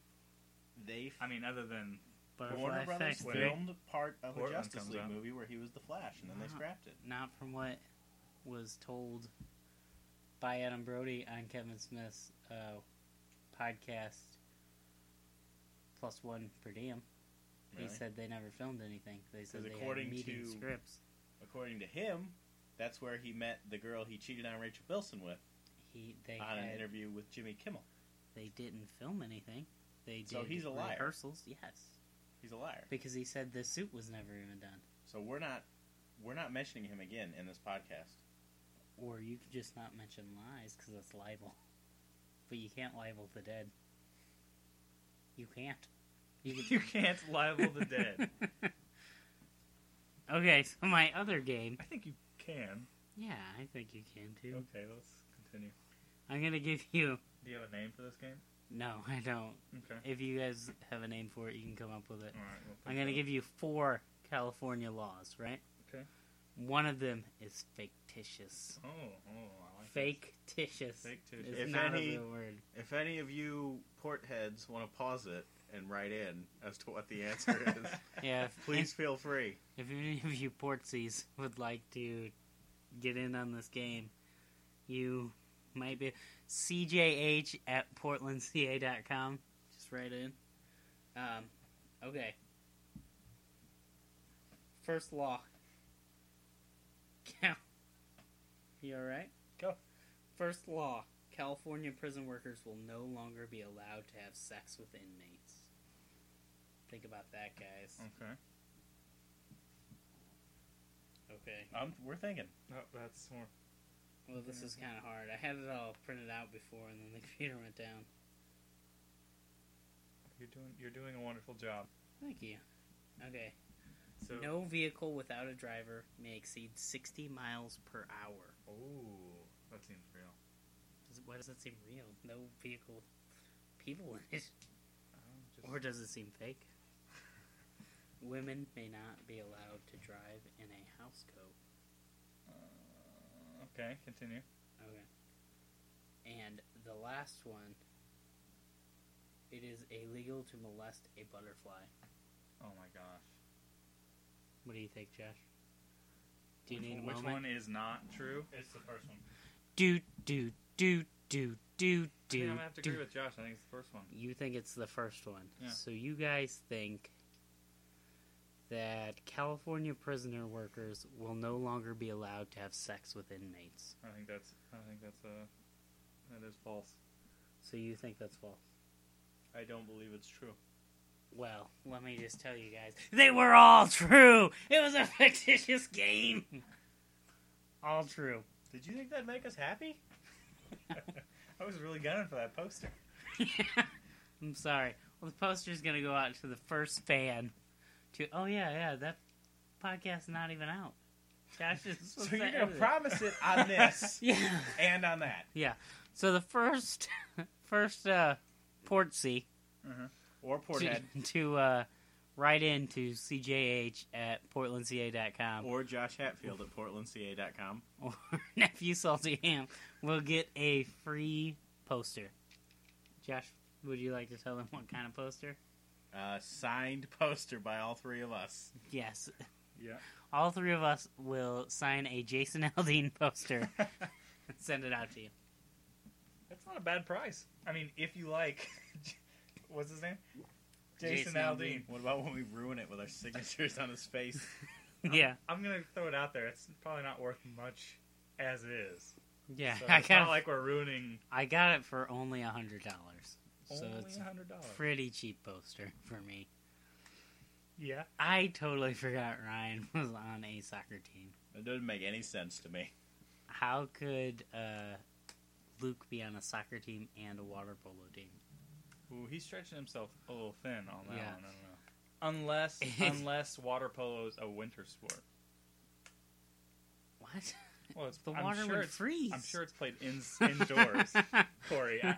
Speaker 2: They
Speaker 4: I mean, other than
Speaker 2: Warner Brothers
Speaker 4: Effect, right?
Speaker 2: filmed part of
Speaker 4: Portland
Speaker 2: a Justice
Speaker 4: comes
Speaker 2: League
Speaker 4: out.
Speaker 2: movie where he was the Flash, and then they
Speaker 3: Wow.
Speaker 2: scrapped it.
Speaker 3: Not from what was told by Adam Brody on Kevin Smith's uh, podcast plus one per diem. He
Speaker 2: Really?
Speaker 3: said they never filmed anything. They said
Speaker 2: 'Cause
Speaker 3: they
Speaker 2: according
Speaker 3: had meeting
Speaker 2: to-
Speaker 3: scripts.
Speaker 2: According to him, that's where he met the girl he cheated on Rachel Bilson with
Speaker 3: He they
Speaker 2: on an
Speaker 3: had-
Speaker 2: interview with Jimmy Kimmel.
Speaker 3: they didn't film anything. They did
Speaker 2: So he's a liar.
Speaker 3: rehearsals. Yes,
Speaker 2: He's a liar.
Speaker 3: because he said the suit was never even done.
Speaker 2: So we're not we're not mentioning him again in this podcast.
Speaker 3: Or you could just not mention lies because that's libel. But you can't libel the dead. You can't. You, can-
Speaker 4: you can't libel the dead.
Speaker 3: okay, so my other game.
Speaker 4: I think you can.
Speaker 3: Yeah, I think you can too.
Speaker 4: Okay, let's continue.
Speaker 2: Oh.
Speaker 3: I'm gonna give you.
Speaker 4: Do you have a name for this game?
Speaker 3: No, I don't.
Speaker 4: Okay.
Speaker 3: If you guys have a name for it, you can come up with it.
Speaker 4: All right, we'll
Speaker 3: I'm
Speaker 4: think
Speaker 3: gonna
Speaker 4: of-
Speaker 3: give you four California laws, right?
Speaker 4: Okay.
Speaker 3: One of them is fictitious.
Speaker 4: Oh, oh, I like
Speaker 3: Fictitious.
Speaker 4: Fictitious.
Speaker 3: It's
Speaker 2: If
Speaker 3: not
Speaker 2: any-
Speaker 3: a real word.
Speaker 2: If any of you port heads want to pause it and write in as to what the answer
Speaker 4: is,
Speaker 3: Yeah. if-
Speaker 2: please feel free.
Speaker 3: If any of you Portsies would like to get in on this game, you might be CJH at portlandca.com. Just write in. Um, okay. First law. Cal. You alright?
Speaker 4: Go.
Speaker 3: First law California prison workers will no longer be allowed to have sex with inmates. Think about that, guys.
Speaker 4: it. Okay.
Speaker 3: Okay.
Speaker 2: I'm, we're thinking.
Speaker 4: Oh, that's more.
Speaker 3: Well, this is kind of hard. I had it all printed out before, and then the computer went down.
Speaker 4: You're doing. You're doing a wonderful job.
Speaker 3: Thank you. Okay.
Speaker 4: So.
Speaker 3: No vehicle without a driver may exceed 60 miles per hour.
Speaker 4: Oh, that seems real.
Speaker 3: Does, why does that seem real? No vehicle, with people in it.
Speaker 4: I don't just-
Speaker 3: Or does it seem fake? Women may not be allowed to drive in a house coat.
Speaker 4: Uh, okay, continue.
Speaker 3: Okay. And the last one. It is illegal to molest a butterfly.
Speaker 4: Oh my gosh.
Speaker 3: What do you think, Josh? Do you
Speaker 4: which
Speaker 3: need a
Speaker 4: which
Speaker 3: moment?
Speaker 4: one is not true? It's the first one.
Speaker 3: do do do do do
Speaker 4: I think I'm
Speaker 3: do.
Speaker 4: gonna have to
Speaker 3: do.
Speaker 4: agree with Josh. I think it's the first one.
Speaker 3: You think it's the first one.
Speaker 4: Yeah.
Speaker 3: So you guys think that California prisoner workers will no longer be allowed to have sex with inmates.
Speaker 4: I think that's. I think that's uh, that is false.
Speaker 3: So you think that's false.
Speaker 2: I don't believe it's true.
Speaker 3: Well, let me just tell you guys, they were all true. It was a fictitious game. All true.
Speaker 2: Did you think that'd make us happy?
Speaker 4: I was really gunning for that poster.
Speaker 3: I'm sorry. Well, the poster's gonna go out to the first fan to oh yeah yeah that podcast's not even out. Josh is supposed
Speaker 2: So you're
Speaker 3: to
Speaker 2: gonna
Speaker 3: edit it.
Speaker 2: promise it on this
Speaker 3: yeah
Speaker 2: and on that.
Speaker 3: yeah. So the first first uh, portsy
Speaker 2: Or
Speaker 3: to,
Speaker 2: Porthead.
Speaker 3: to uh, write in to cjh at portlandca.com
Speaker 2: Or Josh Hatfield at portlandca.com.
Speaker 3: or nephew salty ham will get a free poster. Josh, would you like to tell them what kind of poster?
Speaker 2: Uh, signed poster by all three of us.
Speaker 3: Yes,
Speaker 4: Yeah.
Speaker 3: all three of us will sign a Jason Aldean poster and send it out to you.
Speaker 4: That's not a bad price. I mean, if you like, what's his name?
Speaker 3: Jason
Speaker 4: Jason,
Speaker 3: Aldean.
Speaker 4: Aldean.
Speaker 2: What about when we ruin it with our signatures on his face?
Speaker 4: Oh,
Speaker 3: yeah,
Speaker 4: I'm gonna throw it out there. It's probably not worth much as is.
Speaker 3: yeah.
Speaker 4: So
Speaker 3: I
Speaker 4: it's not
Speaker 3: got
Speaker 4: like we're ruining
Speaker 3: I got it for only a hundred dollars, so
Speaker 4: only
Speaker 3: it's
Speaker 4: a hundred dollars.
Speaker 3: a pretty cheap poster for me.
Speaker 4: Yeah.
Speaker 3: I totally forgot Ryan was on a soccer team.
Speaker 2: It doesn't make any sense to me.
Speaker 3: How could uh, Luke be on a soccer team and a water polo team?
Speaker 4: Ooh, he's stretching himself a little thin on that
Speaker 3: Yeah.
Speaker 4: one. I don't know. Unless, unless water polo's a winter sport.
Speaker 3: What?
Speaker 4: Well, it's
Speaker 3: The
Speaker 4: I'm
Speaker 3: water
Speaker 4: sure
Speaker 3: would
Speaker 4: it's-
Speaker 3: freeze.
Speaker 4: I'm sure it's played in, indoors, Corey. I-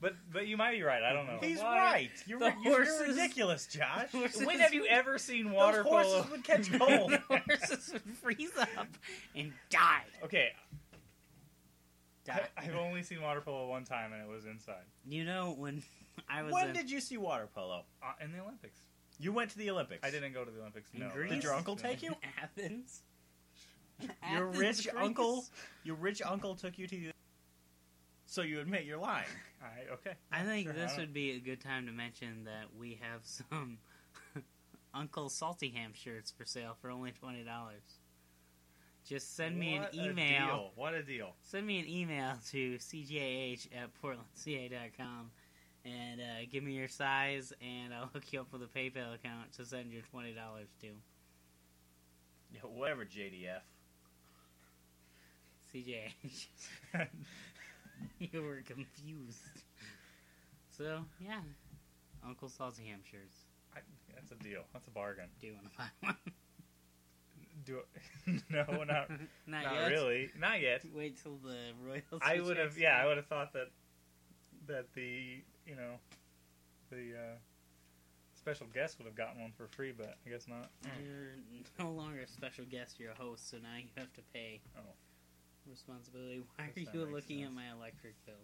Speaker 4: but but you might be right. I don't know.
Speaker 2: He's
Speaker 3: Why?
Speaker 2: right. You're,
Speaker 3: The
Speaker 2: you're
Speaker 3: horses-
Speaker 2: ridiculous, Josh.
Speaker 3: horses-
Speaker 4: When have you ever seen water
Speaker 2: Those horses
Speaker 4: polo?
Speaker 2: would catch cold.
Speaker 3: horses would freeze up and die.
Speaker 4: Okay,
Speaker 3: die.
Speaker 4: I, have only seen water polo one time, and it was inside
Speaker 3: You know when I was
Speaker 2: when
Speaker 3: a-
Speaker 2: did you see water polo?
Speaker 4: uh, in the Olympics.
Speaker 2: You went to the Olympics.
Speaker 4: I didn't go to the Olympics.
Speaker 3: in
Speaker 4: no,
Speaker 3: Greece?
Speaker 2: Did your uncle
Speaker 4: no.
Speaker 2: take you?
Speaker 3: Athens.
Speaker 2: Your
Speaker 3: Athens,
Speaker 2: rich
Speaker 3: Greece.
Speaker 2: uncle, your rich uncle took you to the. So you admit you're lying.
Speaker 4: I, okay.
Speaker 3: I think
Speaker 4: Sure,
Speaker 3: this
Speaker 4: I don't-
Speaker 3: would be a good time to mention that we have some Uncle Salty Ham shirts for sale for only twenty dollars. Just send me
Speaker 2: What
Speaker 3: an
Speaker 2: a
Speaker 3: email.
Speaker 2: deal. What a deal!
Speaker 3: send me an email to cjh at portlandca.com and uh, give me your size and i'll hook you up with a paypal account to send your $20 to
Speaker 2: Yeah, whatever, JDF.
Speaker 3: cjh you were confused so yeah uncle salty ham shirts
Speaker 4: I, that's a deal. That's a bargain.
Speaker 3: do you want to buy one
Speaker 4: Do no, not
Speaker 3: not,
Speaker 4: not
Speaker 3: yet
Speaker 4: really. Not yet.
Speaker 3: wait till the royals
Speaker 4: I would have. Yeah, I would have thought that that the you know the uh, special guest would have gotten one for free, but I guess not.
Speaker 3: you're no longer a special guest you're a host so now you have to pay
Speaker 4: Oh.
Speaker 3: responsibility why
Speaker 4: Guess
Speaker 3: are
Speaker 4: that
Speaker 3: you
Speaker 4: makes
Speaker 3: looking at
Speaker 4: sense.
Speaker 3: my electric bill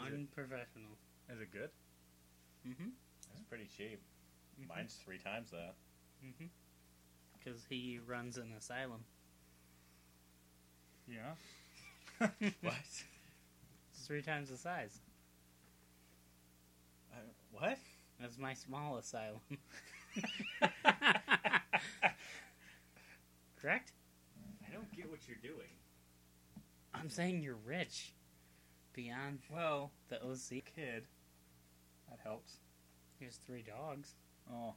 Speaker 4: Is it-
Speaker 3: unprofessional
Speaker 4: Is it good?
Speaker 3: mm-hmm
Speaker 2: It's pretty cheap. Mine's three times that.
Speaker 3: because Mm-hmm. he runs an asylum
Speaker 4: Yeah.
Speaker 2: What?
Speaker 3: it's three times the size
Speaker 2: I, Uh, what?
Speaker 3: that's my small asylum correct
Speaker 2: I don't get what you're doing.
Speaker 3: i'm saying you're rich beyond
Speaker 4: Well,
Speaker 3: the oc
Speaker 4: kid, that helps.
Speaker 3: there's three dogs
Speaker 4: Oh,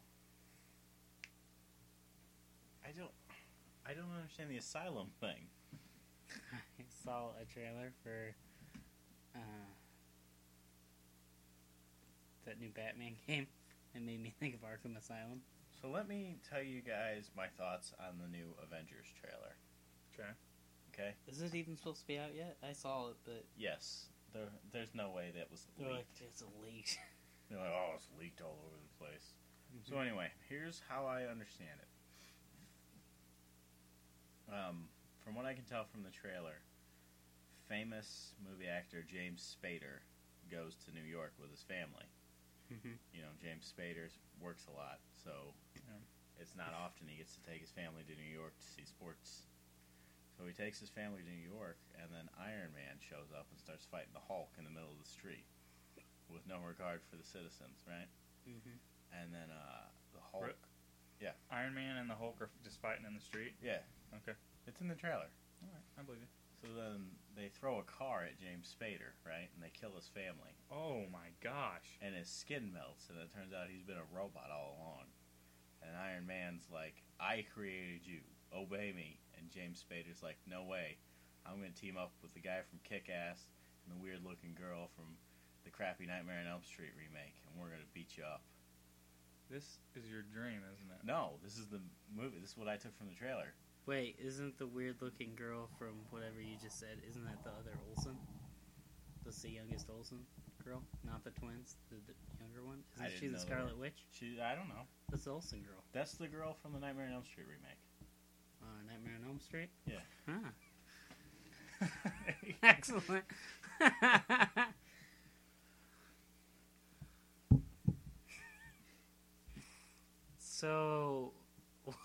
Speaker 2: I don't. I don't understand the asylum thing.
Speaker 3: I saw a trailer for uh, that new Batman game and made me think of Arkham Asylum.
Speaker 2: So let me tell you guys my thoughts on the new Avengers trailer.
Speaker 4: okay.
Speaker 2: Okay.
Speaker 3: Is it even supposed to be out yet? I saw it, but
Speaker 2: Yes. There, there's no way that was
Speaker 3: they're like,
Speaker 2: leaked.
Speaker 3: it's a leak.
Speaker 2: They're like, oh, it's leaked all over the place. So anyway, here's how I understand it. Um, from what I can tell from the trailer, famous movie actor James Spader goes to New York with his family.
Speaker 3: Mhm.
Speaker 2: You know, James Spader works a lot, so
Speaker 4: Yeah.
Speaker 2: it's not often he gets to take his family to New York to see sports. So he takes his family to New York, and then Iron Man shows up and starts fighting the Hulk in the middle of the street with no regard for the citizens, right?
Speaker 3: Mhm.
Speaker 2: And then uh, the Hulk.
Speaker 4: Re- Iron Man and the Hulk are just fighting in the street.
Speaker 2: Yeah,
Speaker 4: Okay.
Speaker 2: it's in the trailer.
Speaker 4: All right, I believe it.
Speaker 2: So then they throw a car at James Spader, right? And they kill his family.
Speaker 4: Oh my gosh.
Speaker 2: And his skin melts, and it turns out he's been a robot all along. And Iron Man's like, I created you. Obey me. And James Spader's like, No way. I'm going to team up with the guy from Kick Ass and the weird looking girl from the crappy Nightmare on Elm Street remake, and we're going to beat you up.
Speaker 4: This is your dream, isn't it?
Speaker 2: No, this is the movie. This is what I took from the trailer.
Speaker 3: Wait, isn't the weird looking girl from whatever you just said, isn't that the other Olsen? That's the youngest Olsen girl? Not the twins, the, the younger one?
Speaker 2: I
Speaker 3: Isn't she
Speaker 2: didn't
Speaker 3: the
Speaker 2: know they were-
Speaker 3: Scarlet Witch?
Speaker 2: She, I don't know.
Speaker 3: That's the Olsen girl.
Speaker 2: That's the girl from the Nightmare on Elm Street remake.
Speaker 3: Uh, Nightmare on Elm Street?
Speaker 2: Yeah.
Speaker 3: Huh. Excellent. so, what?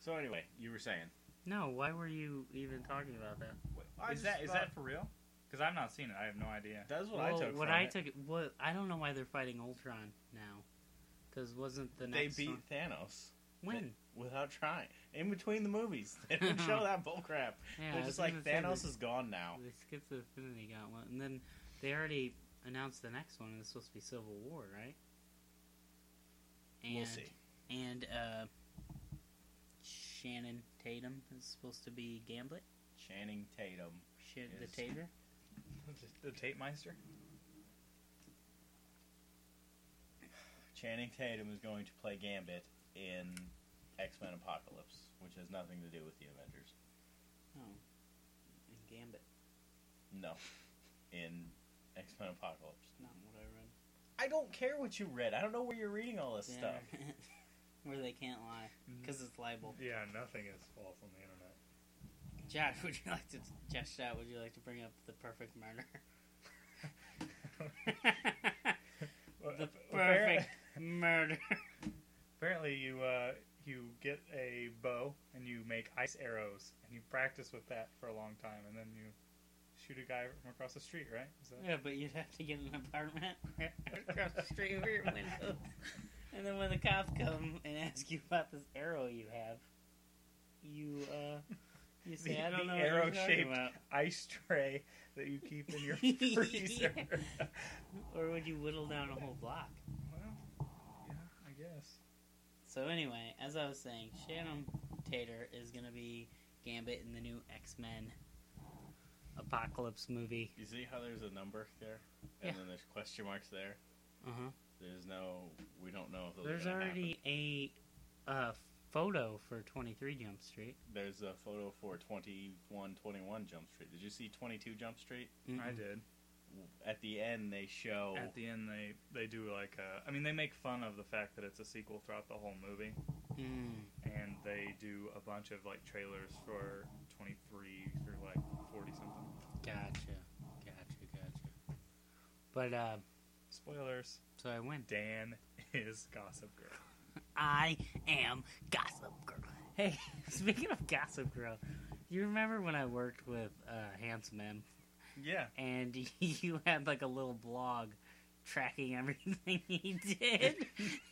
Speaker 2: So anyway, you were saying
Speaker 3: No, why were you even talking about that?
Speaker 4: I
Speaker 2: is
Speaker 4: just
Speaker 2: that is
Speaker 4: thought-
Speaker 2: that
Speaker 4: for real? Because I've not seen it. I have no idea.
Speaker 2: that's what
Speaker 3: well,
Speaker 2: I took.
Speaker 3: what
Speaker 2: from
Speaker 3: I
Speaker 2: it.
Speaker 3: took, what I don't know why they're fighting Ultron now, because wasn't the
Speaker 2: They
Speaker 3: next
Speaker 2: beat
Speaker 3: one-
Speaker 2: Thanos
Speaker 3: when?
Speaker 2: without trying. In between the movies, they didn't show that bullcrap.
Speaker 3: Yeah, I
Speaker 2: They're
Speaker 3: was
Speaker 2: just like
Speaker 3: gonna
Speaker 2: Thanos
Speaker 3: say
Speaker 2: is gone now.
Speaker 3: they, they skipped the Infinity Gauntlet, and then they already announced the next one, and it's supposed to be Civil War, right? And,
Speaker 2: We'll see.
Speaker 3: And uh, Shannon Tatum is supposed to be Gambit,
Speaker 2: Channing Tatum.
Speaker 3: Shit, the
Speaker 2: Yes.
Speaker 3: Tater.
Speaker 4: the Tape Meister.
Speaker 2: Channing Tatum is going to play Gambit in X Men Apocalypse, which has nothing to do with the Avengers.
Speaker 3: Oh, and Gambit.
Speaker 2: No, in X Men Apocalypse.
Speaker 3: Not what I read.
Speaker 2: I don't care what you read. I don't know where you're reading all this
Speaker 3: The
Speaker 2: stuff. Mm-hmm.
Speaker 3: internet. Where they can't lie because it's libel.
Speaker 4: Yeah, nothing is false on the internet.
Speaker 3: Josh, would you like to Josh Stout, would you like to bring up the perfect murder? the perfect murder.
Speaker 4: Apparently, you uh, you get a bow and you make ice arrows and you practice with that for a long time, and then you shoot a guy from across the street, right? Is that...
Speaker 3: Yeah, but you'd have to get an apartment right across the street over your window. And then when the cops come and ask you about this arrow you have, you uh you say,
Speaker 4: The-
Speaker 3: I don't
Speaker 4: the
Speaker 3: know what you're talking
Speaker 4: arrow-shaped-
Speaker 3: about.
Speaker 4: Ice tray that you keep in your freezer.
Speaker 3: Or would you whittle down a whole block?
Speaker 4: Well, yeah, I guess.
Speaker 3: So anyway, as I was saying, Shannon Tater is gonna be Gambit in the new X Men Apocalypse movie.
Speaker 2: You see how there's a number there, and
Speaker 3: Yeah.
Speaker 2: then there's question marks there.
Speaker 3: Uh huh.
Speaker 2: There's no, we don't know if those are
Speaker 3: There's
Speaker 2: gonna happen.
Speaker 3: already a uh, photo for 23 Jump Street.
Speaker 2: There's a photo for 2121 Jump Street. Did you see 22 Jump Street?
Speaker 3: Mm-hmm.
Speaker 4: I did.
Speaker 2: At the end, they show.
Speaker 4: At the end, they they do like a, I mean, they make fun of the fact that it's a sequel throughout the whole movie,
Speaker 3: Mm.
Speaker 4: and they do a bunch of like trailers for 23 through like 40 something.
Speaker 3: Gotcha, gotcha, gotcha. But uh,
Speaker 4: Spoilers.
Speaker 3: so I went.
Speaker 4: Dan is Gossip Girl.
Speaker 3: I am Gossip Girl. Hey, speaking of Gossip Girl, you remember when I worked with uh, Handsome M
Speaker 4: Yeah.
Speaker 3: and you had like a little blog tracking everything he did,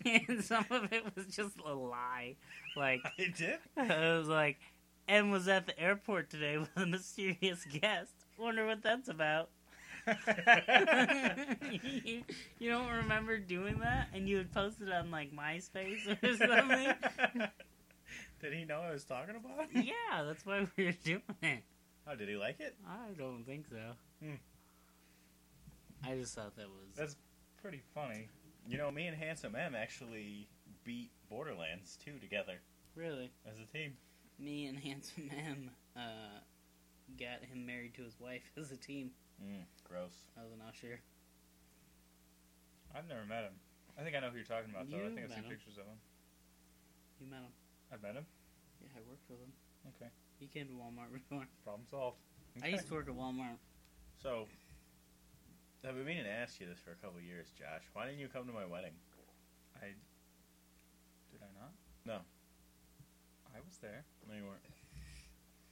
Speaker 3: and some of it was just a lie, like.
Speaker 2: It did?
Speaker 3: I was like, and was at the airport today with a mysterious guest. Wonder what that's about. you, you don't remember doing that, and you had posted on like MySpace or something.
Speaker 2: Did he know I was talking about it?
Speaker 3: yeah, that's why we were doing it.
Speaker 2: Oh, did he like it?
Speaker 3: I don't think so.
Speaker 4: Hmm.
Speaker 3: I just thought that was
Speaker 4: That's pretty funny.
Speaker 2: You know, me and Handsome M actually beat Borderlands 2 together
Speaker 3: really
Speaker 2: as a team.
Speaker 3: me and handsome M. Uh, got him married to his wife as a team.
Speaker 2: Mm, gross.
Speaker 3: I was an usher.
Speaker 4: I've never met him. I think I know who you're talking about, though. I
Speaker 3: You've
Speaker 4: think I've
Speaker 3: met
Speaker 4: seen
Speaker 3: him.
Speaker 4: pictures of him.
Speaker 3: You met him.
Speaker 4: I've met him.
Speaker 3: Yeah, I worked with him.
Speaker 4: Okay.
Speaker 3: He came to Walmart before.
Speaker 4: Problem solved.
Speaker 3: I used to work at Walmart.
Speaker 2: So, I've been meaning to ask you this for a couple years, Josh. Why didn't you come to my wedding?
Speaker 4: I. Did I not?
Speaker 2: No.
Speaker 4: I was there.
Speaker 2: No, you weren't.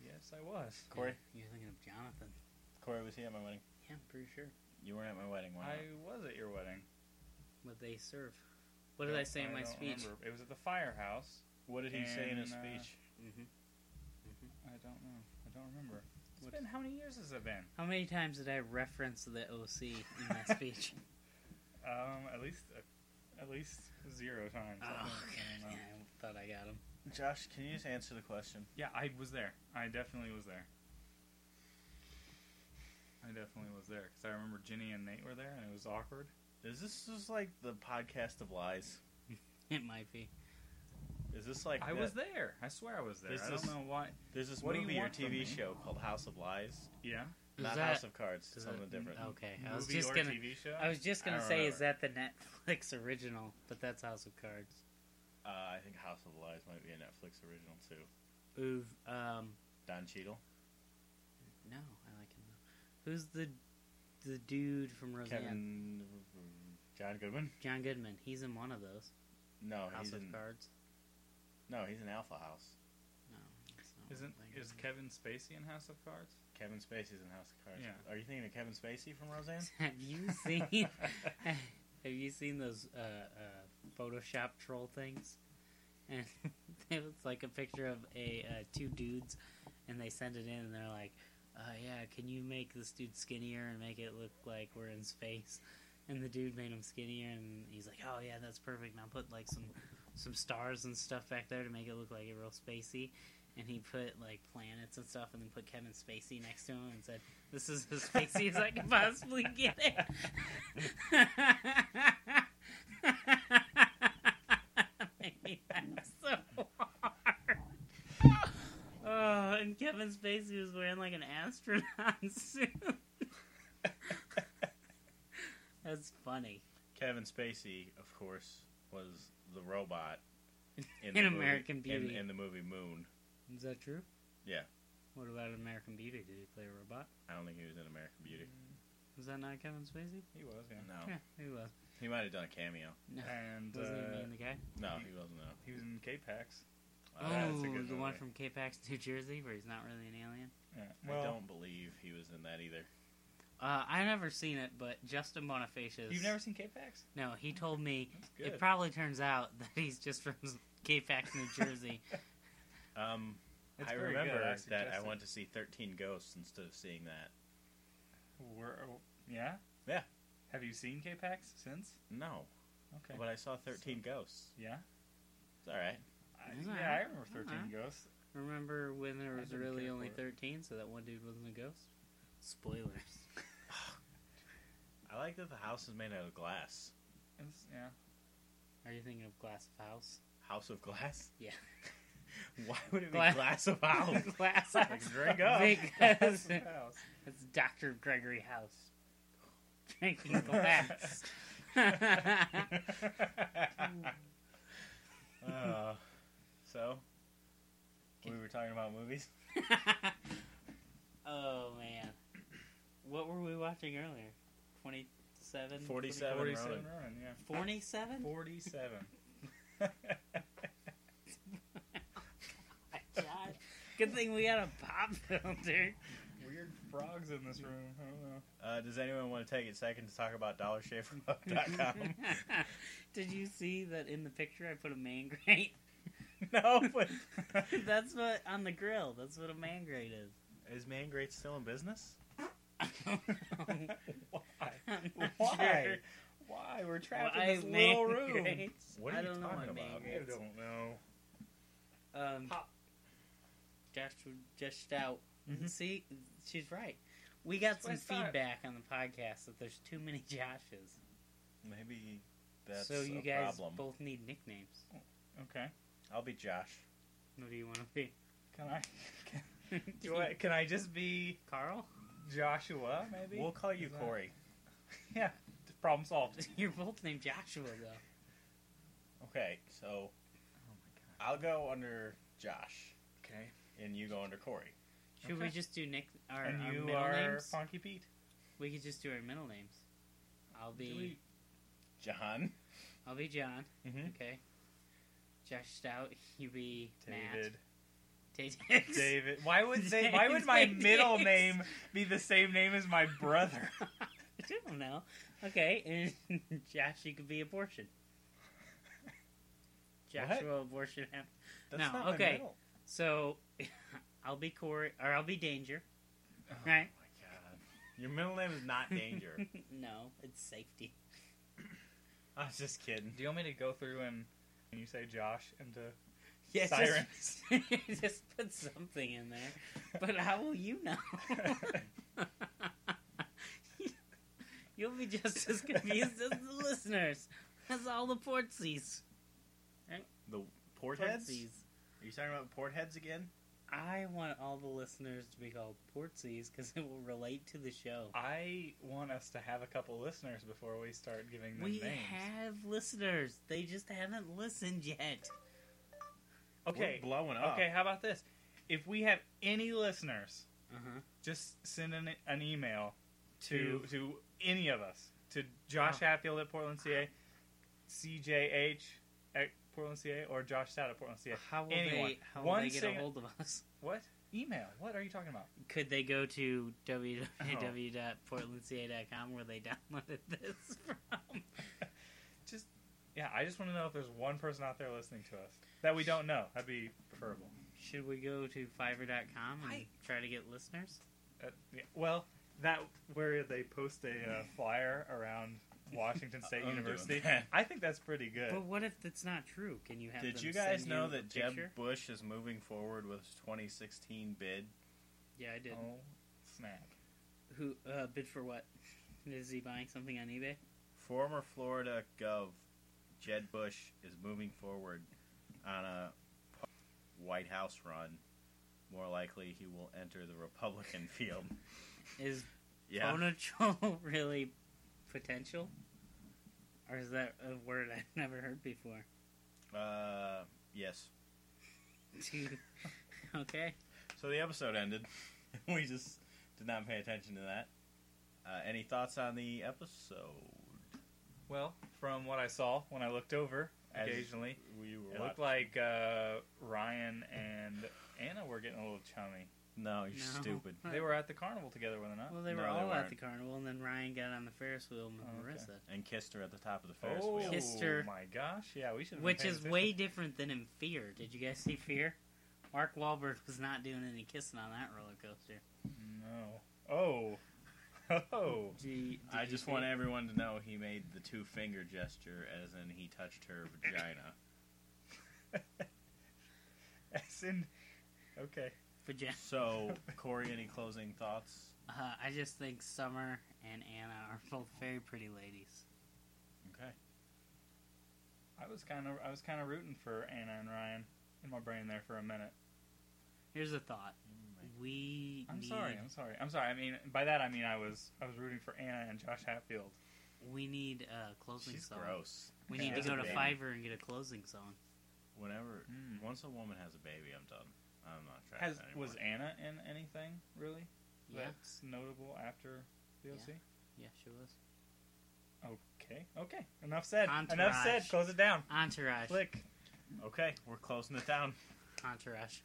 Speaker 4: Yes, I was.
Speaker 2: Corey?
Speaker 3: You're thinking of Jonathan.
Speaker 2: Corey was here at my wedding.
Speaker 3: Yeah, I'm pretty sure.
Speaker 2: You weren't at my wedding. Why?
Speaker 4: I
Speaker 2: not?
Speaker 4: was at your wedding.
Speaker 3: What they serve. What did I say in my
Speaker 4: don't
Speaker 3: speech?
Speaker 4: remember. It was at the firehouse.
Speaker 2: What did he say in his
Speaker 4: And, uh,
Speaker 2: speech?
Speaker 3: hmm
Speaker 4: I don't know. I don't remember. It's
Speaker 3: What-
Speaker 4: been how many years has it been?
Speaker 3: How many times did I reference the OC in my speech?
Speaker 4: Um, at least, at least zero times.
Speaker 3: oh,
Speaker 4: I
Speaker 3: God.
Speaker 4: think. I don't
Speaker 3: Yeah,
Speaker 4: know.
Speaker 3: I thought I got him.
Speaker 2: Josh, can you just answer the question?
Speaker 4: Yeah, I was there. I definitely was there. I definitely was there because I remember Ginny and Nate were there, and it was awkward.
Speaker 2: Is this just like the podcast of lies?
Speaker 3: it might be.
Speaker 2: Is this like
Speaker 4: I
Speaker 2: that-
Speaker 4: was there. I swear I was there.
Speaker 2: This
Speaker 4: I don't
Speaker 2: is-
Speaker 4: know why.
Speaker 2: There's this
Speaker 4: What do you
Speaker 2: movie or
Speaker 4: want from me?
Speaker 2: TV show called House of Lies.
Speaker 4: Yeah.
Speaker 3: Is
Speaker 2: Not
Speaker 3: that-
Speaker 2: House of Cards.
Speaker 3: is
Speaker 2: something
Speaker 3: that-
Speaker 2: different.
Speaker 3: Okay, I was
Speaker 4: Movie
Speaker 3: just
Speaker 4: or
Speaker 3: gonna.
Speaker 4: TV show.
Speaker 3: I was just
Speaker 2: I
Speaker 3: gonna
Speaker 2: don't
Speaker 3: say, is that
Speaker 2: remember.
Speaker 3: the Netflix original? But that's House of Cards.
Speaker 2: Uh, I think House of Lies might be a Netflix original too.
Speaker 3: Ooh, um,
Speaker 2: Don Cheadle,
Speaker 3: no, I like him. though. Who's the the dude from Roseanne?
Speaker 2: Kevin, John Goodman.
Speaker 3: John Goodman. He's in one of those.
Speaker 2: No,
Speaker 3: House
Speaker 2: Oh, he's
Speaker 3: of
Speaker 2: in.
Speaker 3: Cards.
Speaker 2: No, he's in Alpha House.
Speaker 3: No, that's not what
Speaker 4: Isn't
Speaker 3: I'm
Speaker 4: is
Speaker 3: thinking.
Speaker 4: Kevin Spacey in House of Cards?
Speaker 2: Kevin Spacey's in House of Cards.
Speaker 4: Yeah.
Speaker 2: Are you thinking of Kevin Spacey from Roseanne?
Speaker 3: Have you seen? have you seen those uh, uh, Photoshop troll things? And it was like a picture of a uh, two dudes, and they send it in, and they're like, uh, "Yeah, can you make this dude skinnier and make it look like we're in space?" And the dude made him skinnier, and he's like, "Oh yeah, that's perfect." And I'll put like some some stars and stuff back there to make it look like it real spacey. And he put like planets and stuff, and then put Kevin Spacey next to him, and said, "This is as spacey as I can possibly get it." I mean, that's so hard. Oh, and Kevin Spacey was wearing like an astronaut suit. That's funny.
Speaker 2: Kevin Spacey, of course, was the robot
Speaker 3: In
Speaker 2: the movie-
Speaker 3: American
Speaker 2: in-
Speaker 3: Beauty.
Speaker 2: in, the movie Moon.
Speaker 3: Is that true?
Speaker 2: Yeah.
Speaker 3: What about American Beauty? Did he play a robot?
Speaker 2: I don't think he was in American Beauty.
Speaker 3: Was that not Kevin Spacey?
Speaker 4: He was, yeah.
Speaker 2: No,
Speaker 3: Mm. Yeah, he was.
Speaker 2: he might have done a cameo.
Speaker 3: No,
Speaker 4: And
Speaker 3: wasn't he
Speaker 4: uh,
Speaker 3: being the guy?
Speaker 2: No, he wasn't. No.
Speaker 4: he was in K-Pax.
Speaker 2: Uh, that's a
Speaker 3: oh, the
Speaker 2: good movie.
Speaker 3: one from K-Pax, New Jersey, where he's not really an alien.
Speaker 4: Yeah.
Speaker 2: I
Speaker 4: Well,
Speaker 2: don't believe he was in that either.
Speaker 3: Uh, I never seen it, but Justin Bonifacius.
Speaker 4: you've never seen K-Pax?
Speaker 3: No, he told me
Speaker 4: That's
Speaker 3: it
Speaker 4: good.
Speaker 3: probably turns out that he's just from K-Pax, New Jersey.
Speaker 2: Um,
Speaker 4: It's
Speaker 2: I
Speaker 4: very good.
Speaker 2: remember
Speaker 4: I
Speaker 2: that
Speaker 4: suggest
Speaker 2: I
Speaker 4: it.
Speaker 2: went to see Thirteen Ghosts instead of seeing that.
Speaker 4: Were, oh, yeah.
Speaker 2: Yeah.
Speaker 4: Have you seen K-Pax since?
Speaker 2: No,
Speaker 4: Okay.
Speaker 2: but I saw Thirteen Ghosts.
Speaker 4: yeah.
Speaker 2: It's all right.
Speaker 4: I,
Speaker 3: It's
Speaker 4: yeah,
Speaker 3: alright.
Speaker 4: I remember
Speaker 3: It's
Speaker 4: Thirteen Ghosts.
Speaker 3: Remember when there
Speaker 4: I
Speaker 3: was
Speaker 4: didn't
Speaker 3: really
Speaker 4: care
Speaker 3: only
Speaker 4: for it.
Speaker 3: 13, so that one dude wasn't a ghost? Spoilers.
Speaker 2: I like that the house is made out of glass.
Speaker 4: It's- yeah.
Speaker 3: Are you thinking of Glass of House?
Speaker 2: House of glass.
Speaker 3: Yeah.
Speaker 2: Why would it be
Speaker 3: Gla-
Speaker 2: glass of
Speaker 4: Oh.
Speaker 2: house?
Speaker 3: Glass
Speaker 2: Like, drink up.
Speaker 3: Because
Speaker 4: House.
Speaker 3: it's Dr. Gregory House. Drinking glass.
Speaker 2: Uh, so, we were talking about movies.
Speaker 3: oh, man. What were we watching earlier? 27?
Speaker 2: 47.
Speaker 4: Forty-seven
Speaker 2: Ronin.
Speaker 4: Ronin, yeah.
Speaker 3: 47?
Speaker 4: Forty-seven.
Speaker 3: God. Good thing we got a pop filter.
Speaker 4: Weird frogs in this room. I don't know.
Speaker 2: Uh, does anyone want to take a second to talk about DollarShaveFrom.com?
Speaker 3: Did you see that in the picture I put a mangrate?
Speaker 2: no, but
Speaker 3: That's what on the grill. That's what a mangrate is.
Speaker 2: is Mangrate still in business?
Speaker 3: I don't know.
Speaker 4: Why?
Speaker 3: I'm not
Speaker 4: Why?
Speaker 3: sure.
Speaker 4: Why? We're trapped
Speaker 3: Why
Speaker 4: in this little room.
Speaker 3: mangrates?
Speaker 2: What are
Speaker 3: I
Speaker 2: you
Speaker 3: don't know
Speaker 2: talking
Speaker 3: what
Speaker 2: about?
Speaker 4: I
Speaker 3: mangrates.
Speaker 4: don't know.
Speaker 3: Um,
Speaker 4: Pop.
Speaker 3: Josh was just out.
Speaker 4: Mhm.
Speaker 3: See, she's right. We got
Speaker 4: That's what I
Speaker 3: some
Speaker 4: thought.
Speaker 3: feedback on the podcast that there's too many Joshes.
Speaker 2: Maybe that's
Speaker 3: so you
Speaker 2: a
Speaker 3: guys
Speaker 2: problem.
Speaker 3: both need nicknames.
Speaker 4: Okay.
Speaker 2: I'll be Josh.
Speaker 3: What do you want to be?
Speaker 4: Can I? Can, do I? Can I just be
Speaker 3: Carl?
Speaker 4: Joshua? Maybe.
Speaker 2: We'll call you
Speaker 4: Is that-
Speaker 2: Corey.
Speaker 4: Yeah. Problem solved.
Speaker 3: You're both named Joshua, though.
Speaker 2: Okay, so
Speaker 4: Oh my
Speaker 2: I'll go under Josh,
Speaker 4: god. Okay.
Speaker 2: and you go under Corey.
Speaker 3: Should we
Speaker 4: Okay.
Speaker 3: just do nick our,
Speaker 4: and
Speaker 3: our
Speaker 4: you
Speaker 3: middle
Speaker 4: are
Speaker 3: names?
Speaker 4: Funky Pete.
Speaker 3: We could just do our middle names. I'll be
Speaker 4: Do we-
Speaker 2: John.
Speaker 3: I'll be John.
Speaker 2: Mm-hmm.
Speaker 3: Okay. Josh Stout, you be
Speaker 4: David.
Speaker 3: Matt. David.
Speaker 4: David. Why would they? Why would my
Speaker 3: David.
Speaker 4: middle name be the same name as my brother?
Speaker 3: I don't know. Okay, and Josh, you could be abortion. Joshua abortion. Hap- No, okay.
Speaker 2: Oh
Speaker 3: So, I'll be Corey, or I'll be Danger. Right?
Speaker 2: Oh my god. Your middle name is not Danger.
Speaker 3: no, it's safety.
Speaker 2: I was just kidding.
Speaker 4: Do you want me to go through and and you say Josh and to
Speaker 3: Yeah,
Speaker 4: sirens?
Speaker 3: Just, just put something in there. But how will you know? You'll be just as confused as the listeners. As all the Portsies.
Speaker 2: The port heads? Are you talking about port heads again?
Speaker 3: I want all the listeners to be called portsies because it will relate to the show.
Speaker 4: I want us to have a couple listeners before we start giving them
Speaker 3: We
Speaker 4: names.
Speaker 3: have listeners. They just haven't listened yet.
Speaker 4: okay,
Speaker 2: We're blowing up.
Speaker 4: okay. How about this? If we have any listeners,
Speaker 2: Mm-hmm.
Speaker 3: Uh-huh.
Speaker 4: just send an, an email to
Speaker 3: To-
Speaker 4: to any of us to Josh Hatfield at Portland CA, CJH at Portland CA, or Josh Stout at Portland CA.
Speaker 3: How will
Speaker 4: Anyone.
Speaker 3: they how
Speaker 4: One
Speaker 3: will they get
Speaker 4: sing-
Speaker 3: a hold of us?
Speaker 4: What email? What are you talking about?
Speaker 3: Could they go to
Speaker 2: Oh.
Speaker 3: www.portlandca.com where they downloaded this from?
Speaker 4: Just yeah, I just want to know if there's one person out there listening to us that we don't know. That'd be preferable.
Speaker 3: Should we go to fiverr.com and
Speaker 4: I-
Speaker 3: try to get listeners?
Speaker 4: Uh, yeah, well, that where they post a uh, flyer around Washington State
Speaker 2: I'm doing
Speaker 4: University.
Speaker 2: that.
Speaker 4: I think that's pretty good.
Speaker 3: But what if that's not true? Can you have
Speaker 2: Did
Speaker 3: them
Speaker 2: you guys
Speaker 3: send
Speaker 2: know
Speaker 3: a
Speaker 2: that Jeb
Speaker 3: picture?
Speaker 2: Bush is moving forward with his 2016 bid?
Speaker 3: Yeah, I did.
Speaker 4: oh snap!
Speaker 3: Who uh, bid for what? Is he buying something on eBay?
Speaker 2: Former Florida Gov Jeb Bush is moving forward on a White House run. More likely, he will enter the Republican field.
Speaker 3: Is
Speaker 2: Yeah,
Speaker 3: Bonachol really potential? Or is that a word I've never heard before?
Speaker 2: uh, yes.
Speaker 3: To- okay.
Speaker 2: So the episode ended. we just did not pay attention to that. Uh, any thoughts on the episode?
Speaker 4: Well, from what I saw when I looked over
Speaker 2: As
Speaker 4: occasionally,
Speaker 2: We were
Speaker 4: it looked
Speaker 2: watching-
Speaker 4: like uh, Ryan and Anna were getting a little chummy.
Speaker 2: no, you're
Speaker 3: No.
Speaker 2: stupid.
Speaker 4: They were at the carnival together, were they not?
Speaker 3: Well, they
Speaker 2: No,
Speaker 3: were
Speaker 2: they
Speaker 3: all at
Speaker 2: weren't.
Speaker 3: the carnival, and then Ryan got on the Ferris wheel with
Speaker 4: Oh, okay.
Speaker 3: Marissa,
Speaker 2: And kissed her at the top of the Ferris
Speaker 4: Oh
Speaker 2: wheel.
Speaker 3: Kiss- Kissed her.
Speaker 4: my gosh! Yeah, we should. have been
Speaker 3: which
Speaker 4: paying
Speaker 3: is
Speaker 4: attention.
Speaker 3: way different than in Fear. Did you guys see Fear? Mark Wahlberg was not doing any kissing on that roller coaster.
Speaker 4: No. Oh. Oh.
Speaker 2: I just want everyone to know he made the two finger gesture, as in he touched her vagina.
Speaker 4: As in. Okay.
Speaker 3: But yeah,
Speaker 2: So, Corey, any closing thoughts?
Speaker 3: uh, I just think Summer and Anna are both very pretty ladies.
Speaker 2: Okay.
Speaker 4: I was kind of I was kind of rooting for Anna and Ryan in my brain there for a minute.
Speaker 3: Here's a thought:
Speaker 2: Mm,
Speaker 3: we
Speaker 4: I'm
Speaker 3: need
Speaker 4: sorry. I'm sorry. I'm sorry. I mean, by that I mean I was I was rooting for Anna and Josh Hatfield.
Speaker 3: we need a closing
Speaker 2: She's
Speaker 3: song.
Speaker 2: gross.
Speaker 3: We
Speaker 4: Yeah,
Speaker 3: need to
Speaker 4: that's
Speaker 3: go
Speaker 4: a
Speaker 3: to
Speaker 4: baby.
Speaker 3: Fiverr and get a closing song.
Speaker 2: Whenever,
Speaker 4: Mm.
Speaker 2: once a woman has a baby, I'm done. I'm not trying.
Speaker 4: Has
Speaker 2: that anymore.
Speaker 4: was Anna in anything really
Speaker 3: Yeah,
Speaker 4: that's notable after the
Speaker 3: Yeah.
Speaker 4: OC?
Speaker 3: yeah, she was.
Speaker 4: Okay. Okay. Enough said. Enough
Speaker 3: Entourage.
Speaker 4: said. Close it down.
Speaker 3: Entourage.
Speaker 4: Click.
Speaker 2: Okay, we're closing it down.
Speaker 3: Entourage.